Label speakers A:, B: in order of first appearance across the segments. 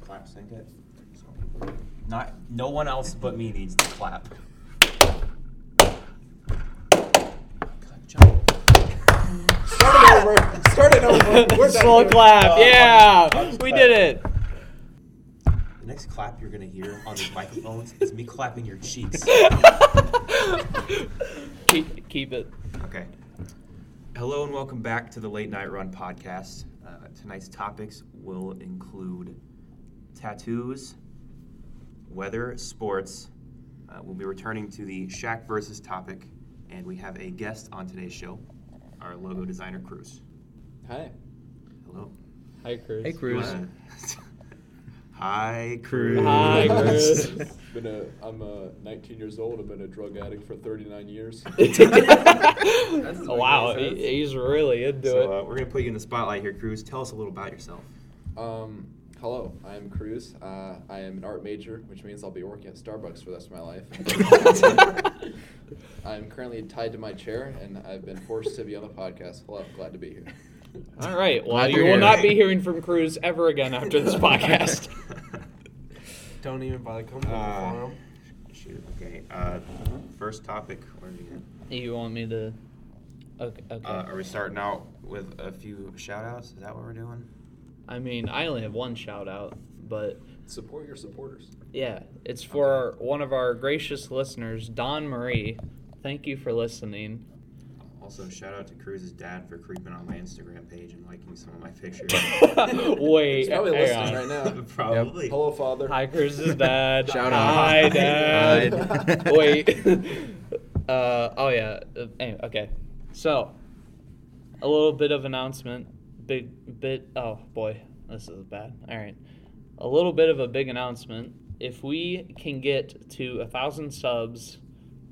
A: clap sync it. So, Not, no one else but me needs to clap. Good job.
B: Start it over. Start it over. We're done
C: Slow
B: here.
C: clap.
B: Uh,
C: Yeah, we did it.
A: The next clap you're gonna hear on these microphones is me clapping your cheeks.
C: Keep, keep it.
A: Okay. Hello and welcome back to the Late Night Run podcast. Uh, tonight's topics will include tattoos, weather, sports. Uh, we'll be returning to the Shaq versus topic, and we have a guest on today's show, our logo designer, Cruz.
C: Hi.
A: Hello.
C: Hi, Cruz.
D: Hey, Cruz.
A: Uh, Hi, Cruz.
C: Hi, Cruz.
E: been a, I'm uh 19 years old. I've been a drug addict for 39 years.
C: Oh, wow, he, he's really into
A: So, uh, we're going to put you in the spotlight here, Cruz. Tell us a little about yourself.
E: Um, hello, I'm Cruz. Uh, I am an art major, which means I'll be working at Starbucks for the rest of my life. I'm currently tied to my chair, and I've been forced to be on the podcast. Hello, glad to be here.
C: it. All right. Well,
D: Glad
C: you
D: you're
C: will
D: here.
C: not be hearing from Cruz ever again after this podcast.
B: Don't even bother coming
A: Uh,
B: to the forum.
A: Shoot. Okay. Uh, first topic. Where are we at?
C: you want me to? Okay. okay.
A: Uh, are we starting out with a few shout outs? Is that what we're doing?
C: I mean, I only have one shout out, but
E: Support your supporters.
C: Yeah, it's for our, one of our gracious listeners, Don Marie. Thank you for listening.
A: Also, shout out to Cruz's dad for creeping on my Instagram page and liking some of my pictures.
C: Wait,
E: He's probably
C: hang
E: listening
D: uh,
C: on.
E: right now.
A: Probably.
E: Hello, father.
C: Hi, Cruz's dad.
D: Shout out.
C: Hi, dad.
D: Hi.
C: Wait. uh, oh yeah. Uh, Anyway, okay. So, a little bit of announcement. Big bit. Oh boy, this is bad. All right. A little bit of a big announcement. If we can get to a thousand subs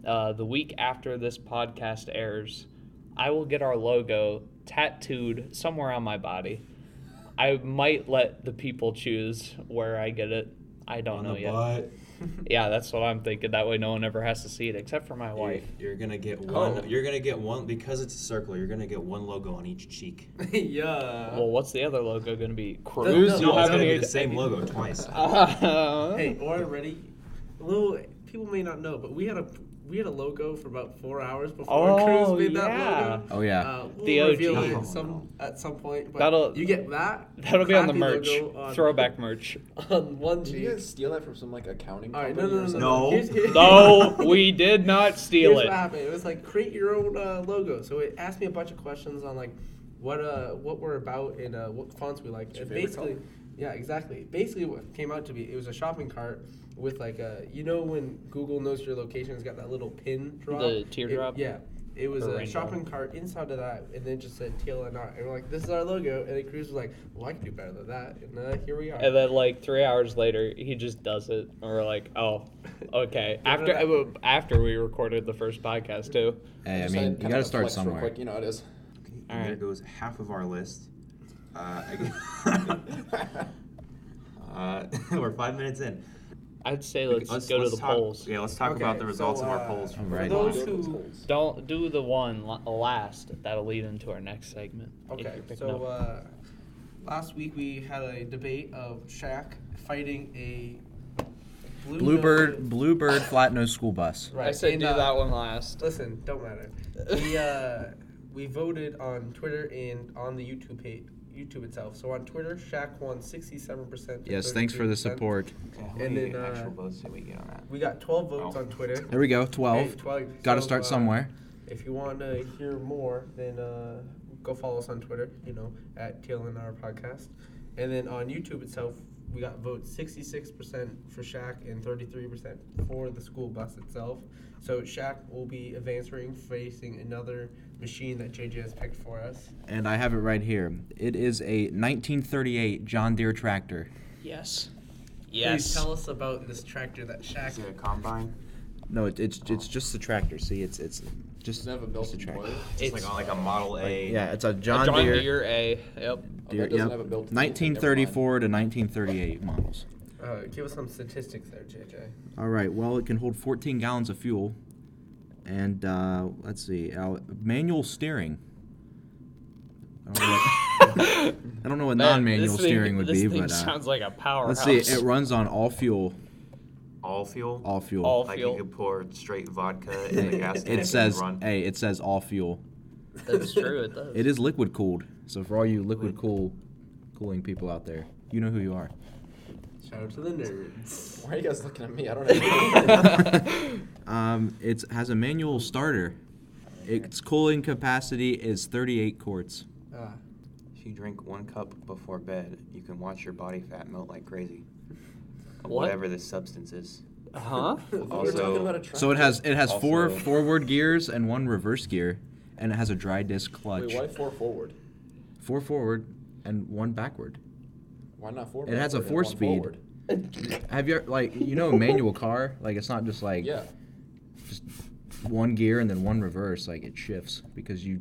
C: uh, the week after this podcast airs, I will get our logo tattooed somewhere on my body. I might let the people choose where I get it. I don't
A: On
C: know
A: the
C: yet.
A: butt.
C: Yeah, that's what I'm thinking. That way, no one ever has to see it except for my
A: You're,
C: wife.
A: you're gonna get one.
E: Oh.
A: You're gonna get one because it's a circle. You're gonna get one logo on each cheek.
D: yeah.
C: Well, what's the other logo going to be?
D: no,
C: Cruz?
D: You
A: no, it's
D: have
A: gonna
D: any-
A: be the same logo twice.
C: Uh,
B: Hey, already, a little people may not know, but we had a we had a logo for about four hours before
C: Oh,
B: Cruz made that
C: yeah.
B: logo.
D: Oh, yeah.
B: Uh, we'll
C: The OG.
B: reveal
A: Oh,
B: it some at some point. But
C: That'll-
B: you get that.
C: That'll be on the
B: crappy
C: merch.
B: logo on-
C: Throwback merch.
B: on one
E: Did
B: cheek.
E: you guys steal that from some like accounting
B: All right, no,
E: company
B: no,
E: or
B: no, no.
A: No.
E: something?
B: Here's- here's-
C: No, we did not steal
B: Here's
C: it.
B: what happened. It was like create your own uh, logo. So it asked me a bunch of questions on like what uh what we're about and uh, what fonts we like.
E: your
B: And
E: favorite
B: basically, yeah, exactly. Basically, what came out to be it was a shopping cart with like a you know when Google knows your location, it's got that little pin drop,
C: The teardrop?
B: It, yeah. It was
C: Or
B: a
C: rainbow.
B: shopping cart inside of that, and then just said TLN art. And we're like, this is our logo. And then Cruz was like, well, I can do better than that. And uh, here we are.
C: And then, like three hours later, he just does it, and we're like, "Oh, okay."
B: Yeah,
C: After
B: no,
C: after we recorded the first podcast too.
D: Hey, I
E: Just
D: mean,
E: kinda
D: you gotta
E: flex real
D: start somewhere.
E: Quick. You know how it is.
C: All
A: And there
C: right.
A: goes half of our list. Uh, I- uh, we're five minutes in.
C: I'd say let's, go to the
A: talk-
C: polls.
A: Yeah, let's talk
B: Okay,
A: about the results
B: so,
A: of our
B: uh,
A: polls.
D: All
A: from
D: right.
A: right.
B: those
A: now.
B: who-
C: Don't do the one la- last. That'll lead into our next segment. if
B: Okay,
C: you're picking
B: so
C: up.
B: uh, last week we had a debate of Shaq fighting a blue
D: Bluebird, Bluebird, flat nose school bus.
B: Right.
C: I said
B: and,
C: do
B: uh,
C: that one last.
B: Listen, don't matter. We uh, we voted on Twitter and on the YouTube page, YouTube itself. So on Twitter, Shaq won sixty-seven percent.
D: Yes, thanks for the support.
A: Okay, how
B: And
A: many
B: then, uh,
A: actual votes did we get on that?
B: We got twelve votes
A: Oh.
B: on Twitter.
D: There we go,
B: Hey,
D: 12.
B: 12.
D: Gotta
B: So,
D: start
B: uh,
D: somewhere.
B: If you want to hear more, then uh, go follow us on Twitter, you know, at TLNR Podcast. And then on YouTube itself, we got votes 66% for Shaq and 33% for the school bus itself. So Shaq will be advancing, facing another machine that JJ has picked for us.
D: And I have it right here. It is a 1938 John Deere tractor.
C: Yes.
B: Please tell us about this tractor that Shaq.
A: Is it a combine?
D: No, it, it's it's just the tractor. See, it's it's just,
E: Does it have a
D: just a
E: built-in
D: tractor.
E: boiler?
A: It's like on like a Model A.
D: Yeah, it's a
C: John,
D: John, Deere.
C: Deere A. Yep.
E: Oh, that
D: Deere,
E: doesn't
D: yep.
E: have a built-in anything, never mind.
D: 1934 to 1938 models.
B: Uh, give us some statistics there, JJ.
D: All right. Well, it can hold 14 gallons of fuel, and uh, let's see. Uh, manual steering. I don't know what- I don't know what
C: Man,
D: non-manual
C: this thing-
D: steering would
C: this
D: be,
C: thing
D: but uh,
C: sounds like a powerhouse.
D: let's see. It runs on all fuel.
A: All fuel?
D: All fuel.
C: All
A: like
C: fuel.
A: you could pour straight vodka in the gas tank
D: it says,
A: and run.
D: "Hey, it says all fuel."
C: That's true. It does.
D: It is liquid cooled. So for all you liquid cool, cooling people out there, you know who you are.
B: Shout out to the nerds.
E: Why are you guys looking at me? I don't know.
D: Um, it has a manual starter. Its cooling capacity is 38 quarts.
B: Ah,
A: If you drink one cup before bed, you can watch your body fat melt like crazy. Of
C: What?
A: Whatever this substance is.
C: Huh?
E: We're talking
A: Also-
E: about a tractor.
D: So it has it has four
A: Also-
D: forward gears and one reverse gear, and it has a dry disc clutch.
E: Wait, why four forward?
D: Four forward and one backward.
E: Why not four?
D: It has
E: backward
D: a
E: and
D: four
E: one
D: speed.
E: forward?
D: Have you like you know a manual car like it's not just like
E: Yeah.
D: just one gear and then one reverse like it shifts because you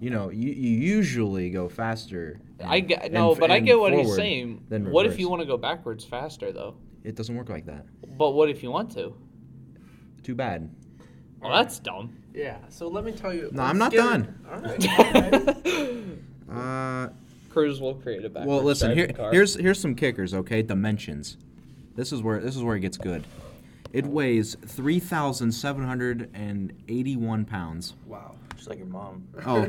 D: you know you, you usually go faster.
C: I
D: and-
C: get,
D: and
C: no,
D: f-
C: but I
D: and
C: get what he's
D: forward
C: saying.
D: than
C: What if
D: reverse.
C: you want to go backwards faster though?
D: It doesn't work like that.
C: But what if you want to?
D: Too bad.
C: Well, that's dumb.
B: yeah. So let me tell you.
D: No,
B: let's
D: I'm not
B: get-
D: done.
B: All right. all right.
D: Uh,
C: Cruz will create a backwards
D: well, listen
C: driving
D: here.
C: car.
D: Here's here's some kickers. Okay, dimensions. This is where this is where it gets good. It weighs three thousand seven hundred and eighty-one pounds.
B: wow.
A: Just like your mom.
D: Oh, uh,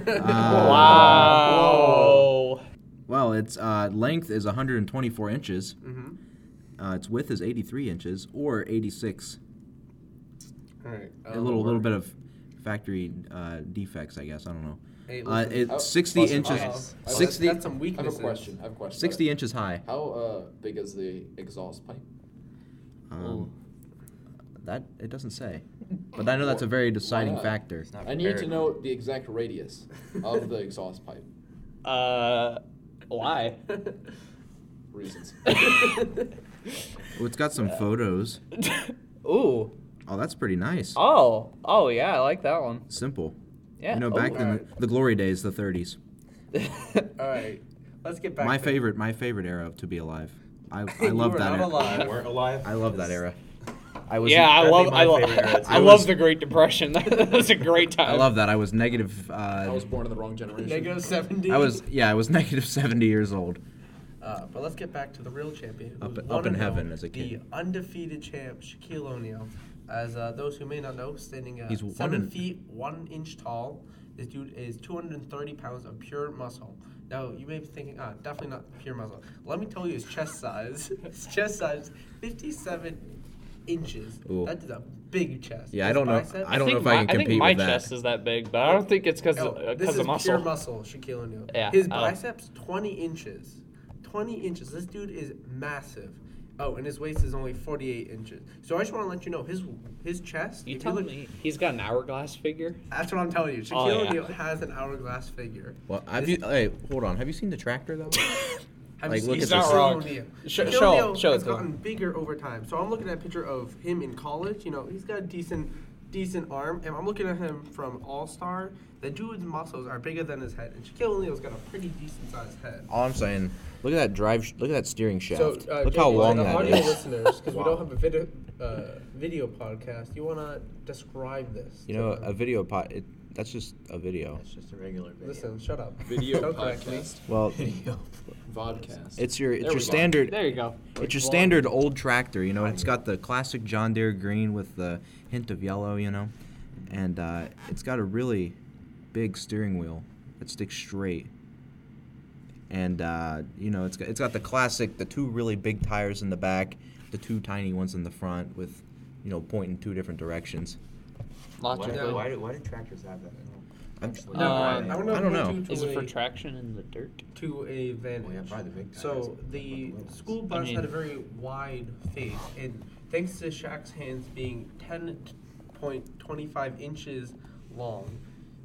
C: wow.
D: Well, its uh, length is 124 inches.
B: Mm-hmm.
D: Uh, its width is 83 inches or 86.
B: All right. um,
D: a little little bit of factory uh, defects, I guess. I don't know.
B: Hey,
D: Uh,
B: listen.
E: Oh,
D: it's 60
E: plus or
D: inches.
E: minus.
B: Oh, that's-
D: 60
B: That's some
E: I
B: weaknesses.
E: have a question. I have a question.
D: 60 inches high.
E: How uh, big is the exhaust pipe?
D: Um, that it doesn't say, but I know that's a very deciding
E: not?
D: factor.
A: It's not
E: I need to
A: prepared.
E: know the exact radius of the exhaust pipe.
C: Uh, why?
E: Reasons.
D: Oh, it's got some photos.
C: Ooh.
D: Oh, that's pretty nice.
C: Oh. Oh yeah, I like that one.
D: Simple.
C: Yeah.
D: You know, back
B: Oh.
D: in the, the glory days, the 30s.
B: All right. Let's get back.
D: My
B: to-
D: favorite, my favorite era to be alive. I, I
B: You
D: love
B: were
D: that
B: not
D: era.
B: alive.
A: You weren't alive?
D: I love that era. I was
C: yeah, I
A: that'd be
C: love
A: my
C: I, lo-
A: favorite era,
C: I
D: too.
C: love
D: Was-
C: the Great Depression. that was a great time.
D: I love that. I was negative. Uh,
E: I was born in the wrong generation.
B: Negative seventy.
D: I was yeah, I was negative seventy years old.
B: Uh, but let's get back to the real champion. who's
D: Up- up
B: one
D: in
B: and oh,
D: heaven as a kid.
B: The undefeated champ, Shaquille O'Neal. As uh, those who may not know, standing at
D: He's one
B: seven
D: and-
B: feet, one inch tall. This dude is 230 pounds of pure muscle. Now, you may be thinking, ah, definitely not pure muscle. Let me tell you his chest size. his chest size is 57 inches.
D: Ooh.
B: That is a big chest.
D: Yeah, I
B: His
D: don't know-
B: biceps-
D: I don't know
C: think
D: if I
C: my-
D: can compete
C: think my
D: with that.
C: chest is that big, but I don't think it's because
B: Oh, this is
C: of muscle.
B: pure muscle, Shaquille O'Neal.
C: Yeah,
B: His
C: oh.
B: biceps, 20 inches. 20 inches. This dude is massive. Oh, and his waist is only 48 inches. So I just want to let you know his his chest.
C: You
B: if
C: tell
B: look-
C: me he's got an hourglass figure.
B: That's what I'm telling you. Shaquille
C: yeah.
B: O'Neal has an hourglass figure.
D: Well, have you? Hey, hold on. Have you seen the tractor though?
B: Have
D: Like,
B: you
D: look
B: seen
D: at this.
B: Shaquille O'Neal?
C: Show-
B: Shaquille
C: show-
B: O'Neal
C: show it
B: has
C: to him.
B: gotten bigger over time. So I'm looking at a picture of him in college. You know, he's got a decent, decent arm, and I'm looking at him from All Star. The dude's muscles are bigger than his head, and Shaquille O'Neal's got a pretty decent sized head.
D: All I'm saying, look at that drive. sh- Look at that steering shaft.
B: So, uh,
D: look how
B: JP,
D: long
B: for the
D: that
B: audio
D: is.
B: listeners, because
A: Wow.
B: we don't have a video uh, video podcast, you want to describe this?
D: You
B: to
D: know,
B: them?
D: a video pot. It, that's just a video.
A: It's just a regular video.
B: listen, shut up.
E: Video
B: Don't correct me.
E: podcast.
D: Well,
E: Vodcast.
D: it's your it's
E: There we
D: your
E: go.
D: standard.
C: There you go.
D: It's your standard old tractor. You know, it's got the classic John Deere green with the hint of yellow. You know, and uh, it's got a really big steering wheel that sticks straight. And uh, you know, it's got it's got the classic, the two really big tires in the back, the two tiny ones in the front with, you know, pointing two different directions.
A: Why,
C: Logically.
A: why, do, why do tractors have that? I
D: I'm-
A: don't actually
C: No,
A: know why they
C: I-
B: Uh, I
A: have
B: wanna
D: I
B: point
D: don't know.
B: you to
C: Is it for
B: a-
C: traction in the dirt?
B: to a vantage.
A: Well, yeah, probably the big guy has
B: so
A: it,
B: the
A: but the little
B: school
A: ones.
B: bus
C: I mean-
B: had a very wide face, and thanks to Shaq's hands being 10.25 inches long,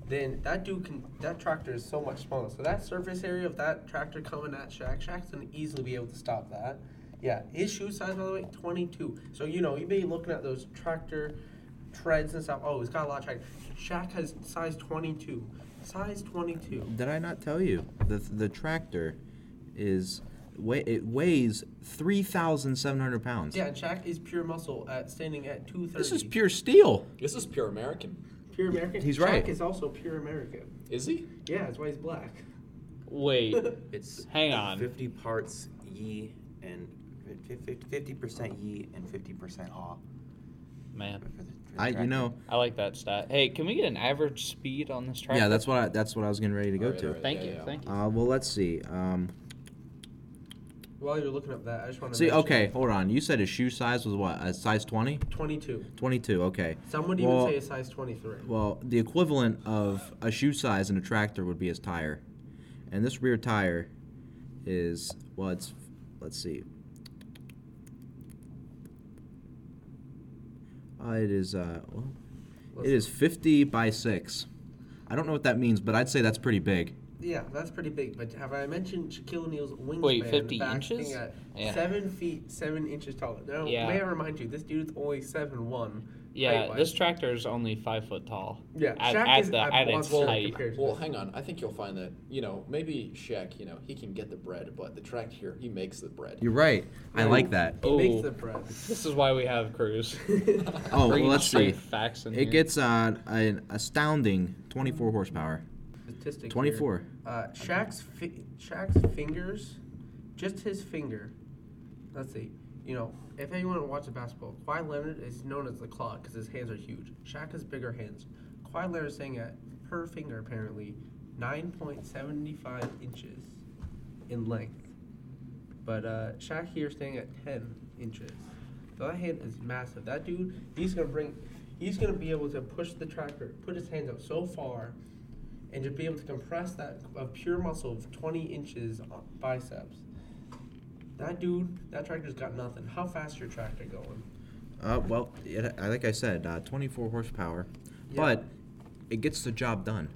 B: then that dude can that tractor is so much smaller. So that surface area of that tractor coming at Shaq, Shaq's gonna easily be able to stop that. Yeah, his shoe size by the way, 22. So you know you may be looking at those tractor treads and stuff. Oh, it's got a lot of traction. Shaq has size 22. Size 22.
D: Did I not tell you the the tractor is weigh it weighs three thousand seven hundred pounds.
B: Yeah, and Shaq is pure muscle at standing at 230.
D: this is pure steel.
E: This is pure American.
B: pure American.
D: he's
B: Shaq
D: right.
B: is also pure American.
E: Is he?
B: Yeah, that's why he's black.
C: Wait.
A: It's
C: Hang on.
A: 50 parts ye and fif- fif- 50% ye and 50% haw.
C: Man.
A: for the- for the
D: I
A: tractor.
D: you know
C: I like that stat. Hey, can we get an average speed on this track?
D: yeah that's what I, that's what I was getting ready to go
E: Alright,
D: to.
E: alright.
C: Thank
E: Yeah,
C: you.
E: yeah.
C: Thank you.
D: Uh, well let's see. Um,
B: While you're looking up that, I just want to
D: see okay hold on. You said his shoe size was what a size 20?
B: 22.
D: 22 okay.
B: Some would
D: Well-
B: even say a size 23.
D: Well, the equivalent of a shoe size in a tractor would be his tire. And this rear tire is, well, it's, let's see. Uh, it is, uh, well,
B: Let's-
D: it is 50 by 6. I don't know what that means, but I'd say that's pretty big.
B: Yeah, that's pretty big. But have I mentioned Shaquille O'Neal's wingspan?
C: Wait, 50
B: back
C: inches?
B: being At
C: Yeah.
B: Seven feet, seven inches taller. Now,
C: Yeah.
B: may I remind you, this dude's only seven one.
C: Yeah, this tractor is only five foot tall.
B: Yeah,
C: at,
B: Shaq
C: at
B: is
C: the
B: a
C: at its
B: monster
C: height.
B: compared to
E: Well,
B: this.
E: hang on. I think you'll find that you know maybe Shaq, you know, he can get the bread, but the track here, he makes the bread.
D: You're right. I like that.
B: He makes
C: Oh.
B: the press.
C: This is why we have Cruz.
D: Oh, well,
C: Bringing
D: let's see.
C: straight Facts in
D: It
C: here.
D: gets uh, an astounding 24 horsepower.
B: Statistic here.
D: 24.
B: Uh, Shaq's fi- Shaq's fingers, just his finger. Let's see. You know, if anyone watches basketball, Kawhi Leonard is known as the claw because his hands are huge. Shaq has bigger hands. Kawhi Leonard is saying at per finger apparently, nine point seventy five inches in length, but uh, Shaq here is staying at ten inches. So that hand is massive. That dude, he's gonna bring, he's gonna be able to push the tractor, put his hands out so far and to be able to compress that a pure muscle of 20 inches on biceps. That dude, that tractor's got nothing. How fast your tractor going?
D: Uh, well, it, I- like I said, uh, 24 horsepower,
B: Yeah.
D: but it gets the job done.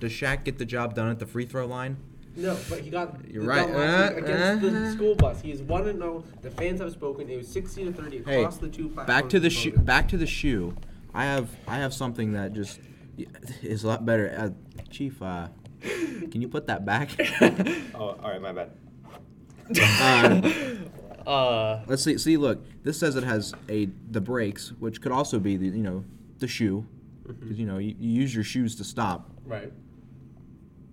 D: Does Shaq get the job done at the free throw line?
B: No, but he got
D: You're
B: he
D: right.
B: got last week
D: Uh,
B: against
D: uh.
B: the school bus. He is one and zero. The fans have spoken. It was 60 to 30
D: Hey,
B: across the two platforms.
D: back to the
B: of
D: shoe.
B: voting.
D: Back to the shoe. I have I have something that just is a lot better. Uh, Chief, uh, can you put that back?
A: Oh, all right, my bad.
D: uh,
C: Uh,
D: let's see. See, look. This says it has a the brakes, which could also be the you know the shoe, because you know you, you use your shoes to stop.
B: Right.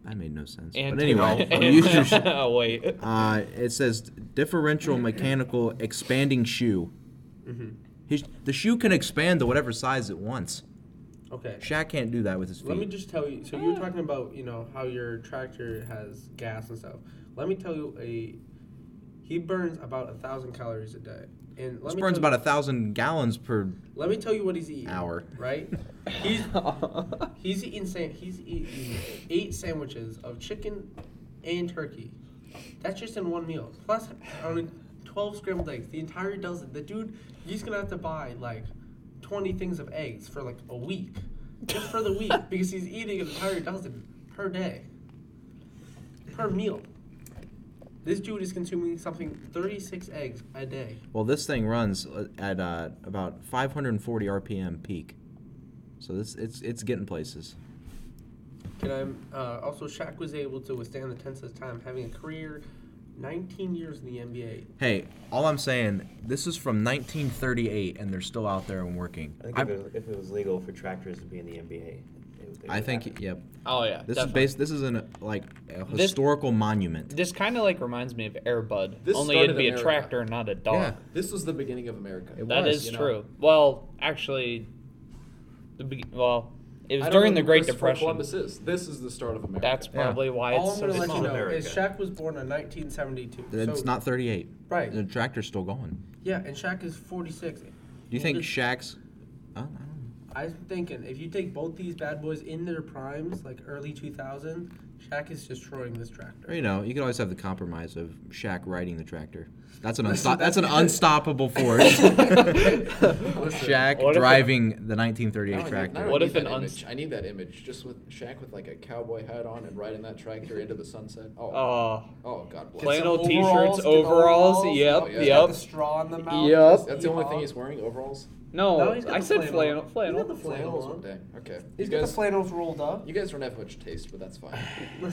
D: That made no sense.
C: and
D: but anyway,
C: and-
D: you use your sho-
C: oh wait.
D: Uh, it says
B: Mm-hmm.
D: differential mechanical expanding shoe.
B: Mhm.
D: His, the shoe can expand to whatever size it wants.
B: Okay.
D: Shaq can't do that with his feet.
B: Let me just tell you. So you
D: Ah.
B: were talking about you know how your tractor has gas and stuff. Let me tell you a. He burns about a thousand calories a day, and let
D: this
B: me
D: burns
B: tell
D: about a thousand gallons per.
B: Let me tell you what he's eating.
D: Hour.
B: Right? He's he's eating sam- he's eating eight sandwiches of chicken and turkey. That's just in one meal. Plus on twelve scrambled eggs, the entire dozen. The dude he's gonna have to buy like twenty things of eggs for like a week. Just for the week, because he's eating an entire dozen per day. Per meal. This dude is consuming something thirty six eggs a day.
D: Well, this thing runs at uh, about 540 RPM peak. So this it's it's getting places.
B: Can I uh, also Shaq was able to withstand the tensest time, having a career 19 years in the NBA.
D: Hey, all I'm saying, this is from 1938, and they're still out there and working.
A: I think
D: I,
A: if, it, if it was legal for tractors to be in the NBA, it, would- it
D: I
A: would
D: think
A: happen.
D: yep.
C: Oh yeah.
D: This
C: definitely.
D: is based. This is an like a
C: This-
D: historical monument.
C: This kind of like reminds me of Airbud.
E: This
C: Only it'd
E: started
C: be a
E: America.
C: tractor, not a dog.
D: Yeah.
E: This was the beginning of America.
D: It
C: That
D: was,
C: is
E: you know.
C: true. Well, actually, the be- well, it was
E: I don't
C: during
E: know
C: the
E: who
C: Great
E: Christopher
C: Depression.
E: Columbus is. This is the start of America.
C: That's
D: Yeah.
C: probably why
B: All
C: it's
B: I'm
C: so
B: going to let you
C: small.
B: know
A: America.
B: is Shaq was born in 1972.
D: It's
B: so,
D: not 38.
B: Right.
D: The tractor's still going.
B: Yeah, and Shaq is 46. Do
D: Do you think Shaq's? I don't, I don't know.
B: I'm thinking if you take both these bad boys in their primes, like early 2000, Shaq is destroying this
D: Or,
B: tractor.
D: you know, you could always have the compromise of Shaq riding the tractor. That's an unsto- that's an unstoppable force. Shaq
C: What if it-
D: driving the
E: Now
D: 1938
E: I need- now
D: tractor.
E: I
C: What
E: need
C: if an
E: that
C: uns-
E: image. I need that image, just with Shaq with like a cowboy hat on and riding that tractor into the sunset. Oh,
C: Oh,
E: oh, God bless.
C: Plain
B: Some
C: old
B: overalls,
C: t-shirts,
B: get
C: overalls.
B: overalls.
C: Yep,
E: Oh, yeah.
B: He's got
C: yep.
B: the straw in the mouth.
C: Yup.
E: That's the only thing
B: Yeehaw.
E: he's wearing. Overalls.
B: No,
C: No,
B: he's got
C: I
B: the
C: said flannel.
B: He's got
C: Flannel.
B: the flannel.
E: Flannels.
B: on.
E: Dang. Okay.
B: He's
E: you
B: got the
E: guys,
B: flannels rolled up.
E: you guys don't have much taste, but that's fine.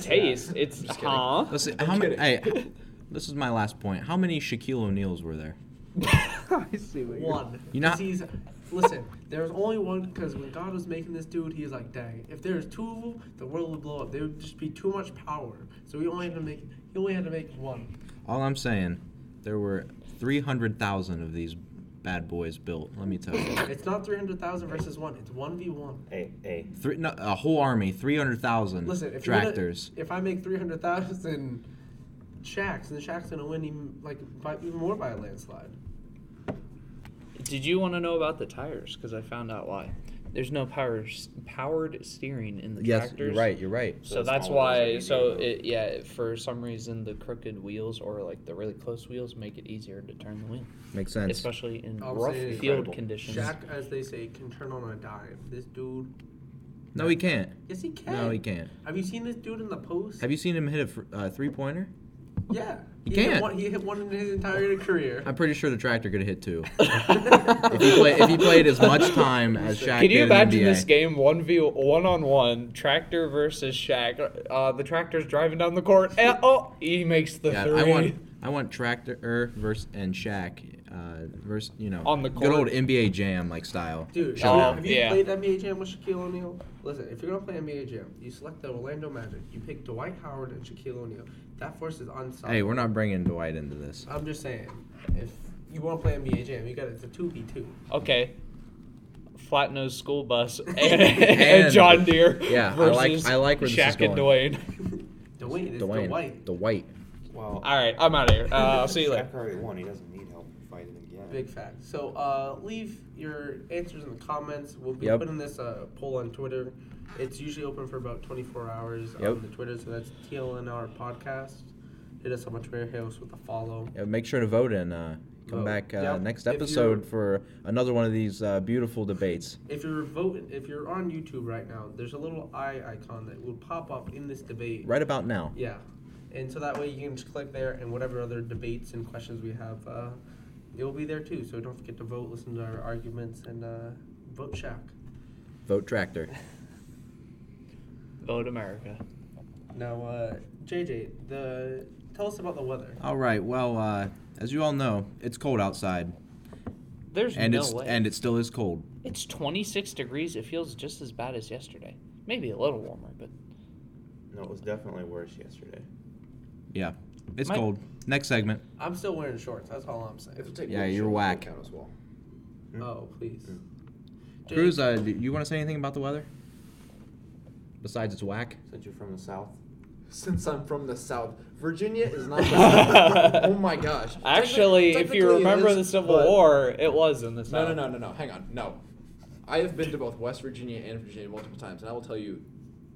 C: Taste. It's
E: Just kidding.
C: huh?
D: Let's see, how many? Hey, this is my last point. How many Shaquille O'Neals were there?
C: I see what you're-
B: One.
D: You know-
B: 'Cause he's, listen, there's only one because when God was making this dude, he was like, dang, if there's two of them, the world would blow up. There would just be too much power. So he only had to make he only had to make one.
D: All I'm saying, there were 300,000 of these bad boys built. Let me tell you.
B: It's not three hundred thousand versus one. It's one v one.
A: Hey, hey.
D: Three, no, a whole army, 300,000
B: Listen, if you're gonna-
D: tractors.
B: if I make three hundred thousand shacks, then Shaq's gonna win even like by, even more by a landslide.
C: Did you want to know about the tires? Because I found out why. There's no power powered steering in the
D: Yes,
C: tractors.
D: you're right. You're right.
C: So,
A: So it's
C: that's
A: all those that
C: why.
A: you
C: So
A: do.
C: it, yeah, for some reason the crooked wheels or like the really close wheels make it easier to turn the wheel,
D: Makes sense.
C: especially in
B: I'll
C: rough
B: say
C: field
B: it's
A: incredible.
C: conditions.
B: Shaq, as they say, can turn on a dime. This dude,
D: No, he can't.
B: yes, he can.
D: No, he can't.
B: Have you seen this dude in the post?
D: Have you seen him hit a fr- uh, three pointer?
B: Yeah,
D: He
B: Hit
D: can't.
B: one, he hit one in his entire career.
D: I'm pretty sure the tractor could have hit two. if, he play, if he played as much time as Shaq
C: Can
D: did
C: you
D: in the
C: imagine
D: NBA.
C: this game one v one on one tractor versus Shaq? Uh, the tractor's driving down the court. And, oh, he makes the
D: Yeah,
C: three.
D: I want I want tractor versus and Shaq uh, versus you know
C: On the
D: good
C: court.
D: old NBA Jam like style.
B: Dude,
C: Shut
B: uh,
C: up.
B: have you
C: Yeah.
B: played NBA Jam with Shaquille O'Neal? Listen, if you're gonna play NBA Jam, you select the Orlando Magic. You pick Dwight Howard and Shaquille O'Neal. That force is unstoppable.
D: Hey, we're not bringing Dwight into this.
B: I'm just saying, if you want to play NBA Jam, you got it's a two v two.
C: Okay. Flat nose school bus and,
D: And-
C: John Deere.
D: yeah, I like-
C: versus
D: I like where this is
C: Shaq and
D: going.
C: Dwayne.
B: Dwayne, it's
D: Dwayne,
B: Dwight.
D: Dwight.
F: Well,
C: All right, I'm out of here. Uh, I'll see you later.
F: Shaq already won. He doesn't need help fighting again.
B: Big fact. So uh, leave your answers in the comments. We'll be
D: Yep.
B: putting this uh, poll on Twitter. It's usually open for about 24 hours
D: Yep.
B: on the Twitter, so that's TLNR Podcast. Hit us up on Twitter, hit us with a follow.
D: Yeah, make sure to vote and uh, come
B: Vote.
D: back uh,
B: Yep.
D: next
B: If you-
D: episode for another one of these uh, beautiful debates.
B: If you're voting, if you're on YouTube right now, there's a little eye icon that will pop up in this debate.
D: Right about now.
B: Yeah, and so that way you can just click there, and whatever other debates and questions we have, uh, it will be there too. So don't forget to vote, listen to our arguments, and uh, vote Shaq.
D: Vote tractor.
C: Vote America.
B: Now, uh, JJ, the tell us about the weather.
D: All right. Well, uh, as you all know, it's cold outside,
C: There's
D: and
C: no
D: it's
C: way.
D: and it still is cold.
C: it's 26 degrees. It feels just as bad as yesterday. Maybe a little warmer, but
A: No, it was definitely worse yesterday.
D: Yeah, it's
C: Mike-
D: cold. Next segment.
B: I'm still wearing shorts. That's all I'm
E: If you
B: saying.
E: take
D: Yeah,
E: one shot,
D: you're
E: it'll
D: whack.
E: Count as well.
A: Hmm.
B: Oh, please. Jay,
D: Cruz, uh, do you want to say anything about the weather? Besides, it's whack.
A: Since you're from the south.
E: Since I'm from the South, Virginia is not. The oh my gosh! Techni-
C: actually, if you
E: technically it
C: remember
E: is,
C: the Civil
E: but-
C: War, it was in the
E: No,
C: South.
E: no, no, no, no. Hang on. No. I have been to both West Virginia and Virginia multiple times, and I will tell you,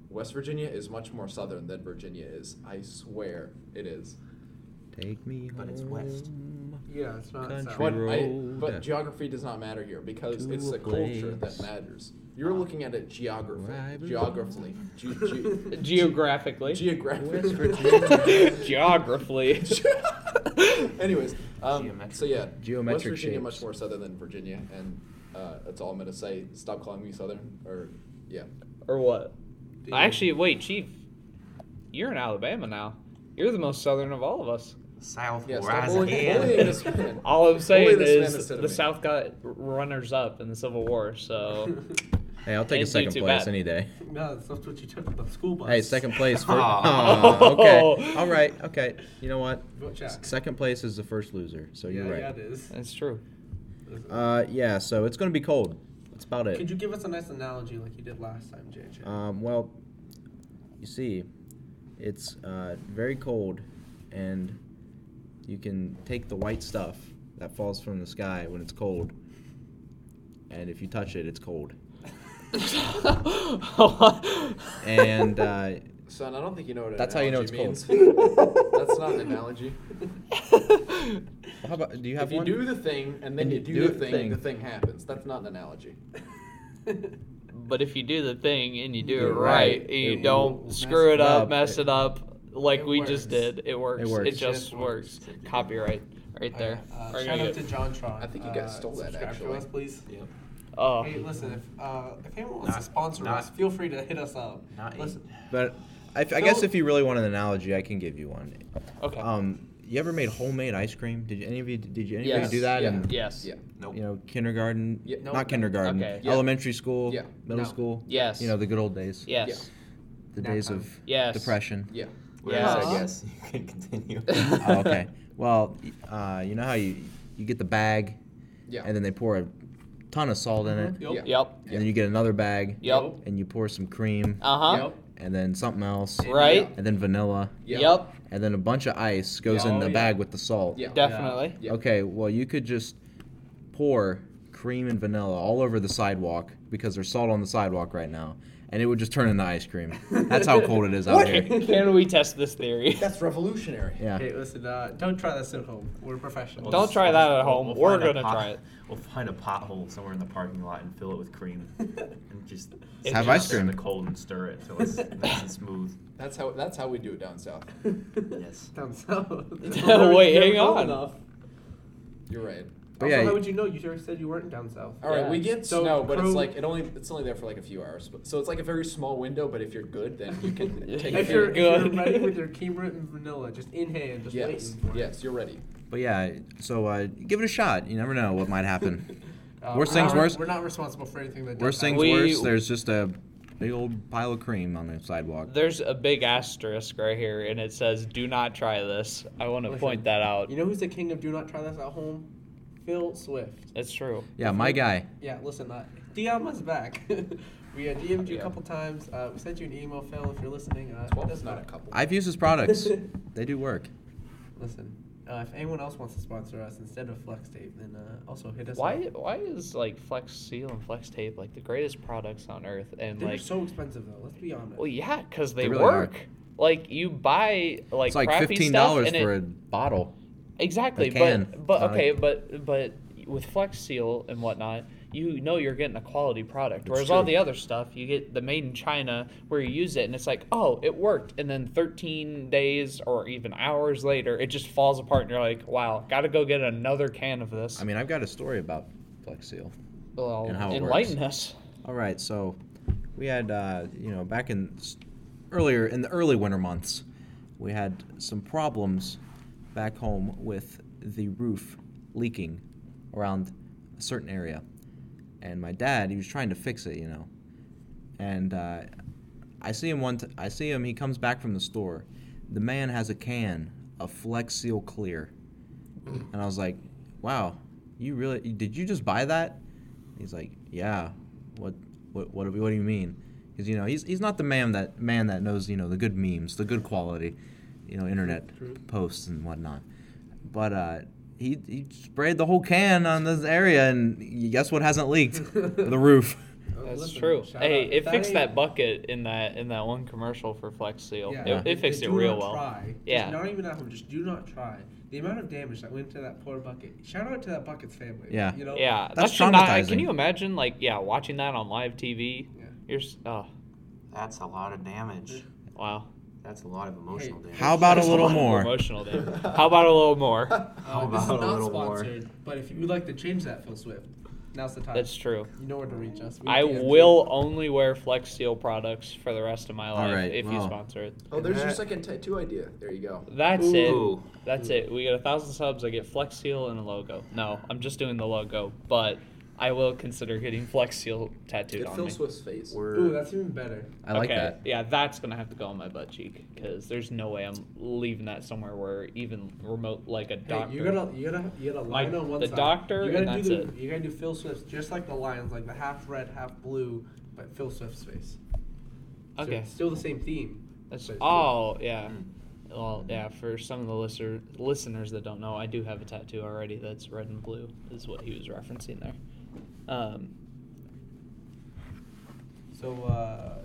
E: West Virginia is much more southern than Virginia is. I swear it is.
D: Take me
A: But it's west.
D: home.
B: Yeah, it's not.
D: Country.
B: South.
E: But, I,
D: road.
E: but geography does not matter here because
D: To
E: it's
D: a
E: the culture
D: place.
E: that matters. You're looking at it geographically.
D: Where I belong.
E: Geographically. Ge- ge-
C: Geographically.
D: West
E: geographically.
D: Virginia.
C: Geographically.
E: Anyways, um,
A: Geometric.
E: so yeah, West
D: Geometric
E: Virginia much
D: shapes.
E: more southern than Virginia, and uh, that's all I'm gonna say. Stop calling me southern, or yeah.
C: or what?
B: Dude.
C: Actually, wait, Chief. You're in Alabama now. You're the most southern of all of us.
A: South
E: Yeah, stop
A: rise
E: bullying-
A: again.
E: bullying this man.
C: All I'm saying
E: this man
C: is
E: is
C: the
E: cinnamon.
C: South got runners up in the Civil War, so
D: Hey, I'll take
C: Ain't do
D: a second
C: too
D: place
C: bad.
D: any day.
B: no, that's not what you took the school bus.
D: Hey, second place. For,
A: Aw.
D: Aw, okay. All right. Okay. You know what?
B: Vote Shaq.
D: Second place is the first loser. So
B: yeah,
D: you're
B: yeah,
D: right.
B: it is.
C: that's true.
D: uh, yeah. So it's gonna be cold. That's about it.
B: Could you give us a nice analogy like you did last time, JJ?
D: Um, well, you see, it's uh, very cold, and you can take the white stuff that falls from the sky when it's cold, and if you touch it, it's cold. And uh,
E: Son, I don't think you know what an
D: That's how you know
E: analogy
D: it's
E: means. That's not an analogy.
D: how about do you have
E: If you
D: one?
E: do the thing and then
D: And
E: you do the thing,
D: thing.
E: the thing happens. That's not an analogy.
C: but if you do the thing and you do
D: You're
C: it right,
D: right.
C: and you
D: It
C: don't
B: will
C: screw it
D: mess
C: up,
D: up.
C: mess it up like
B: It
C: we just
B: works.
C: did, it works. It,
D: works.
C: just,
B: Just
C: works.
B: works.
C: Copyright right there.
B: Uh,
C: Are you
B: shout
C: gonna
B: out to
C: get-
B: John Tron. uh,
E: I think you guys stole that,
B: subscribe
E: actually.
B: To us, please.
A: Yep.
C: oh.
B: Hey, listen, if, uh, if anyone wants
A: Not-
B: to sponsor
A: not-
B: us, feel free to hit us up.
A: Not eight.
B: listen,
D: But I, I guess if you really want an analogy, I can give you one.
C: Okay.
D: Um, you ever made homemade ice cream? Did you, any of you? Did you anybody
C: Yes,
D: do that?
E: yeah.
D: in,
C: Yes.
E: Yeah.
A: Nope.
D: You know, kindergarten.
E: Yeah,
C: no,
D: not kindergarten.
C: okay.
E: Yeah.
D: Elementary school.
E: Yeah,
D: Middle
B: no.
D: school.
C: Yes.
D: You know the good old days.
C: Yes.
D: The
B: Nap
D: days
B: time.
D: of
C: Yes.
D: depression.
E: Yeah.
A: Well, yes, I
C: Yes.
A: guess you can continue.
D: oh, okay. Well, uh, you know how you you get the bag,
E: Yeah.
D: and then they pour a ton of salt in
B: Mm-hmm.
D: it,
E: Yeah.
C: Yep.
D: and then you get another bag,
C: Yep.
D: and you pour some cream,
C: Uh huh.
E: Yep.
D: and then something else,
C: Right.
D: and then vanilla,
E: Yeah.
C: Yep.
D: and then a bunch of ice goes
B: Yeah.
D: in
B: Oh,
D: the
B: yeah.
D: bag with the salt.
E: Yeah.
C: Definitely.
E: Yeah.
D: Okay. Well, you could just pour cream and vanilla all over the sidewalk because there's salt on the sidewalk right now, and it would just turn into ice cream. That's how cold it is out here.
C: Can we test this theory?
F: That's revolutionary.
D: Yeah.
B: Hey, listen, uh, don't try this at home. We're professionals.
C: Don't try that at home. We're
A: find a
C: gonna
A: pot-
C: try it.
A: We'll find a pothole somewhere in the parking lot and fill it with cream, and just sit
D: Have
A: it out
D: ice
A: there in
D: cream.
A: the cold and stir it until it's nice and smooth.
E: That's how that's how we do it down south.
A: Yes.
B: Down south.
C: Wait, hang on.
E: You're right.
D: But
B: also,
D: yeah,
B: how
D: you-
B: would you know? You already said you weren't in down south.
E: All right,
C: Yeah.
E: we get
B: So,
E: snow, but
B: pro-
E: it's like it only it's only there for like a few hours. But, so it's like a very small window. But if you're good, then you can
C: If
E: take advantage.
B: If you're, if you're
C: Good.
B: ready with your Kimber and vanilla, just in hand, just
E: yes,
B: waiting. For it.
E: yes, you're ready.
D: But yeah, so uh, give it a shot. You never know what might happen.
B: Uh,
D: Worst
B: we're
D: things
B: not-
D: worse.
B: We're not responsible for anything that.
D: Worst
B: does
D: things
B: happen.
C: We-
D: worse. There's just a big old pile of cream on the sidewalk.
C: There's a big asterisk right here, and it says, "Do not try this." I want to
B: Listen,
C: point that out.
B: You know who's the king of do not try this at home? Phil Swift.
C: It's true.
D: Yeah, my guy.
B: Yeah, listen, uh, DM us back. we uh, DM'd you
E: Yeah.
B: a couple times. Uh, we sent you an email, Phil, if you're listening. Uh,
E: Twelve
B: hit us
E: is not a
B: back.
E: couple.
D: I've used his products. they do work.
B: Listen, uh, if anyone else wants to sponsor us instead of Flex Tape, then uh, also hit us.
C: Why?
B: Up.
C: Why is like Flex Seal and Flex Tape like the greatest products on earth? And
B: They're
C: like,
B: so expensive though. Let's be honest.
C: well, yeah, because they,
D: They really are.
C: work. Like you buy like
D: It's like
C: crappy
D: fifteen
C: stuff
D: dollars
C: and
D: for
C: it,
D: a bottle.
C: Exactly,
D: They can.
C: but but
D: Not a-
C: okay, but but with Flex Seal and whatnot, you know you're getting a quality product.
D: That's
C: Whereas all
D: true.
C: the other stuff, you get the made in China where you use it and it's like, oh, it worked, and then 13 days or even hours later, it just falls apart, and you're like, wow, got to go get another can of this.
D: I mean, I've got a story about Flex Seal.
C: well,
D: and how it
C: enlighten us.
D: All right, so we had uh, you know back in s- earlier in the early winter months, we had some problems back home with the roof leaking around a certain area, and my dad he was trying to fix it, you know, and uh, I see him one t- I see him he comes back from the store, the man has a can of Flex Seal Clear, and I was like, wow, you really did you just buy that? He's like, yeah. What what what, do we- what do you mean? Because you know he's, he's not the man that man that knows you know the good memes, the good quality, you know internet posts and whatnot. But uh, he he sprayed the whole can on this area, and guess what hasn't leaked? the roof.
B: Oh,
C: That's
B: listen,
C: true.
B: shout
C: Hey,
B: out.
C: it fixed
B: ain't-
C: that bucket in that in that one commercial for Flex Seal.
B: Yeah,
C: It, it
B: the-
C: fixed
B: the
C: it
B: do
C: real
B: not
C: well.
B: Try. Just
C: Yeah.
B: Not even at home. Just do not try. The amount of damage that went to that poor bucket. Shout out to that bucket's family.
D: Yeah.
B: You know.
C: Yeah,
D: That's
C: should not- Can
D: traumatizing.
C: you imagine, like, yeah, watching that on live TV?
B: Yeah.
C: You're, s- oh,
A: That's a lot of damage.
C: wow.
A: That's a lot of emotional
B: Hey,
A: damage.
D: How about a
C: That's
D: little
C: lot of
D: more?
C: Emotional damage. How about a little more?
B: Uh,
A: How
B: this is
A: about a
B: not
A: little more?
B: sponsored, but if you would like to change that, Phil Swift, now's the time.
C: That's true.
B: you know where to reach us. We
C: I
B: DM'd you.
C: will only wear Flex Seal products for the rest of my life
D: right,
C: if you
D: wow.
C: sponsor it.
E: Oh, there's your second tattoo idea. There you go.
C: That's
A: Ooh.
C: it. That's it. We get a thousand subs. I get Flex Seal and a logo. No, I'm just doing the logo, but I will consider getting Flex Seal tattooed
E: Get
C: on
E: Phil
C: me.
E: Swift's face.
A: We're
B: Ooh, that's even better.
D: I like
C: okay.
D: that.
C: Yeah, that's gonna have to go on my butt cheek because there's no way I'm leaving that somewhere where even remote like a
B: Hey,
C: doctor.
B: you gotta, you gotta, you gotta line
C: Like,
B: on one
C: the
B: side.
C: doctor,
B: You gotta
C: and
B: do
C: that's
B: the, you gotta do Phil Swift's just like the Lions, like the half red, half blue, but Phil Swift's face. So
C: Okay.
B: it's still the same theme.
C: That's
B: but it's
C: oh yeah.
B: Mm.
C: Well, yeah. For some of the listener, listeners that don't know, I do have a tattoo already that's red and blue. Is what he was referencing there. Um,
B: So uh,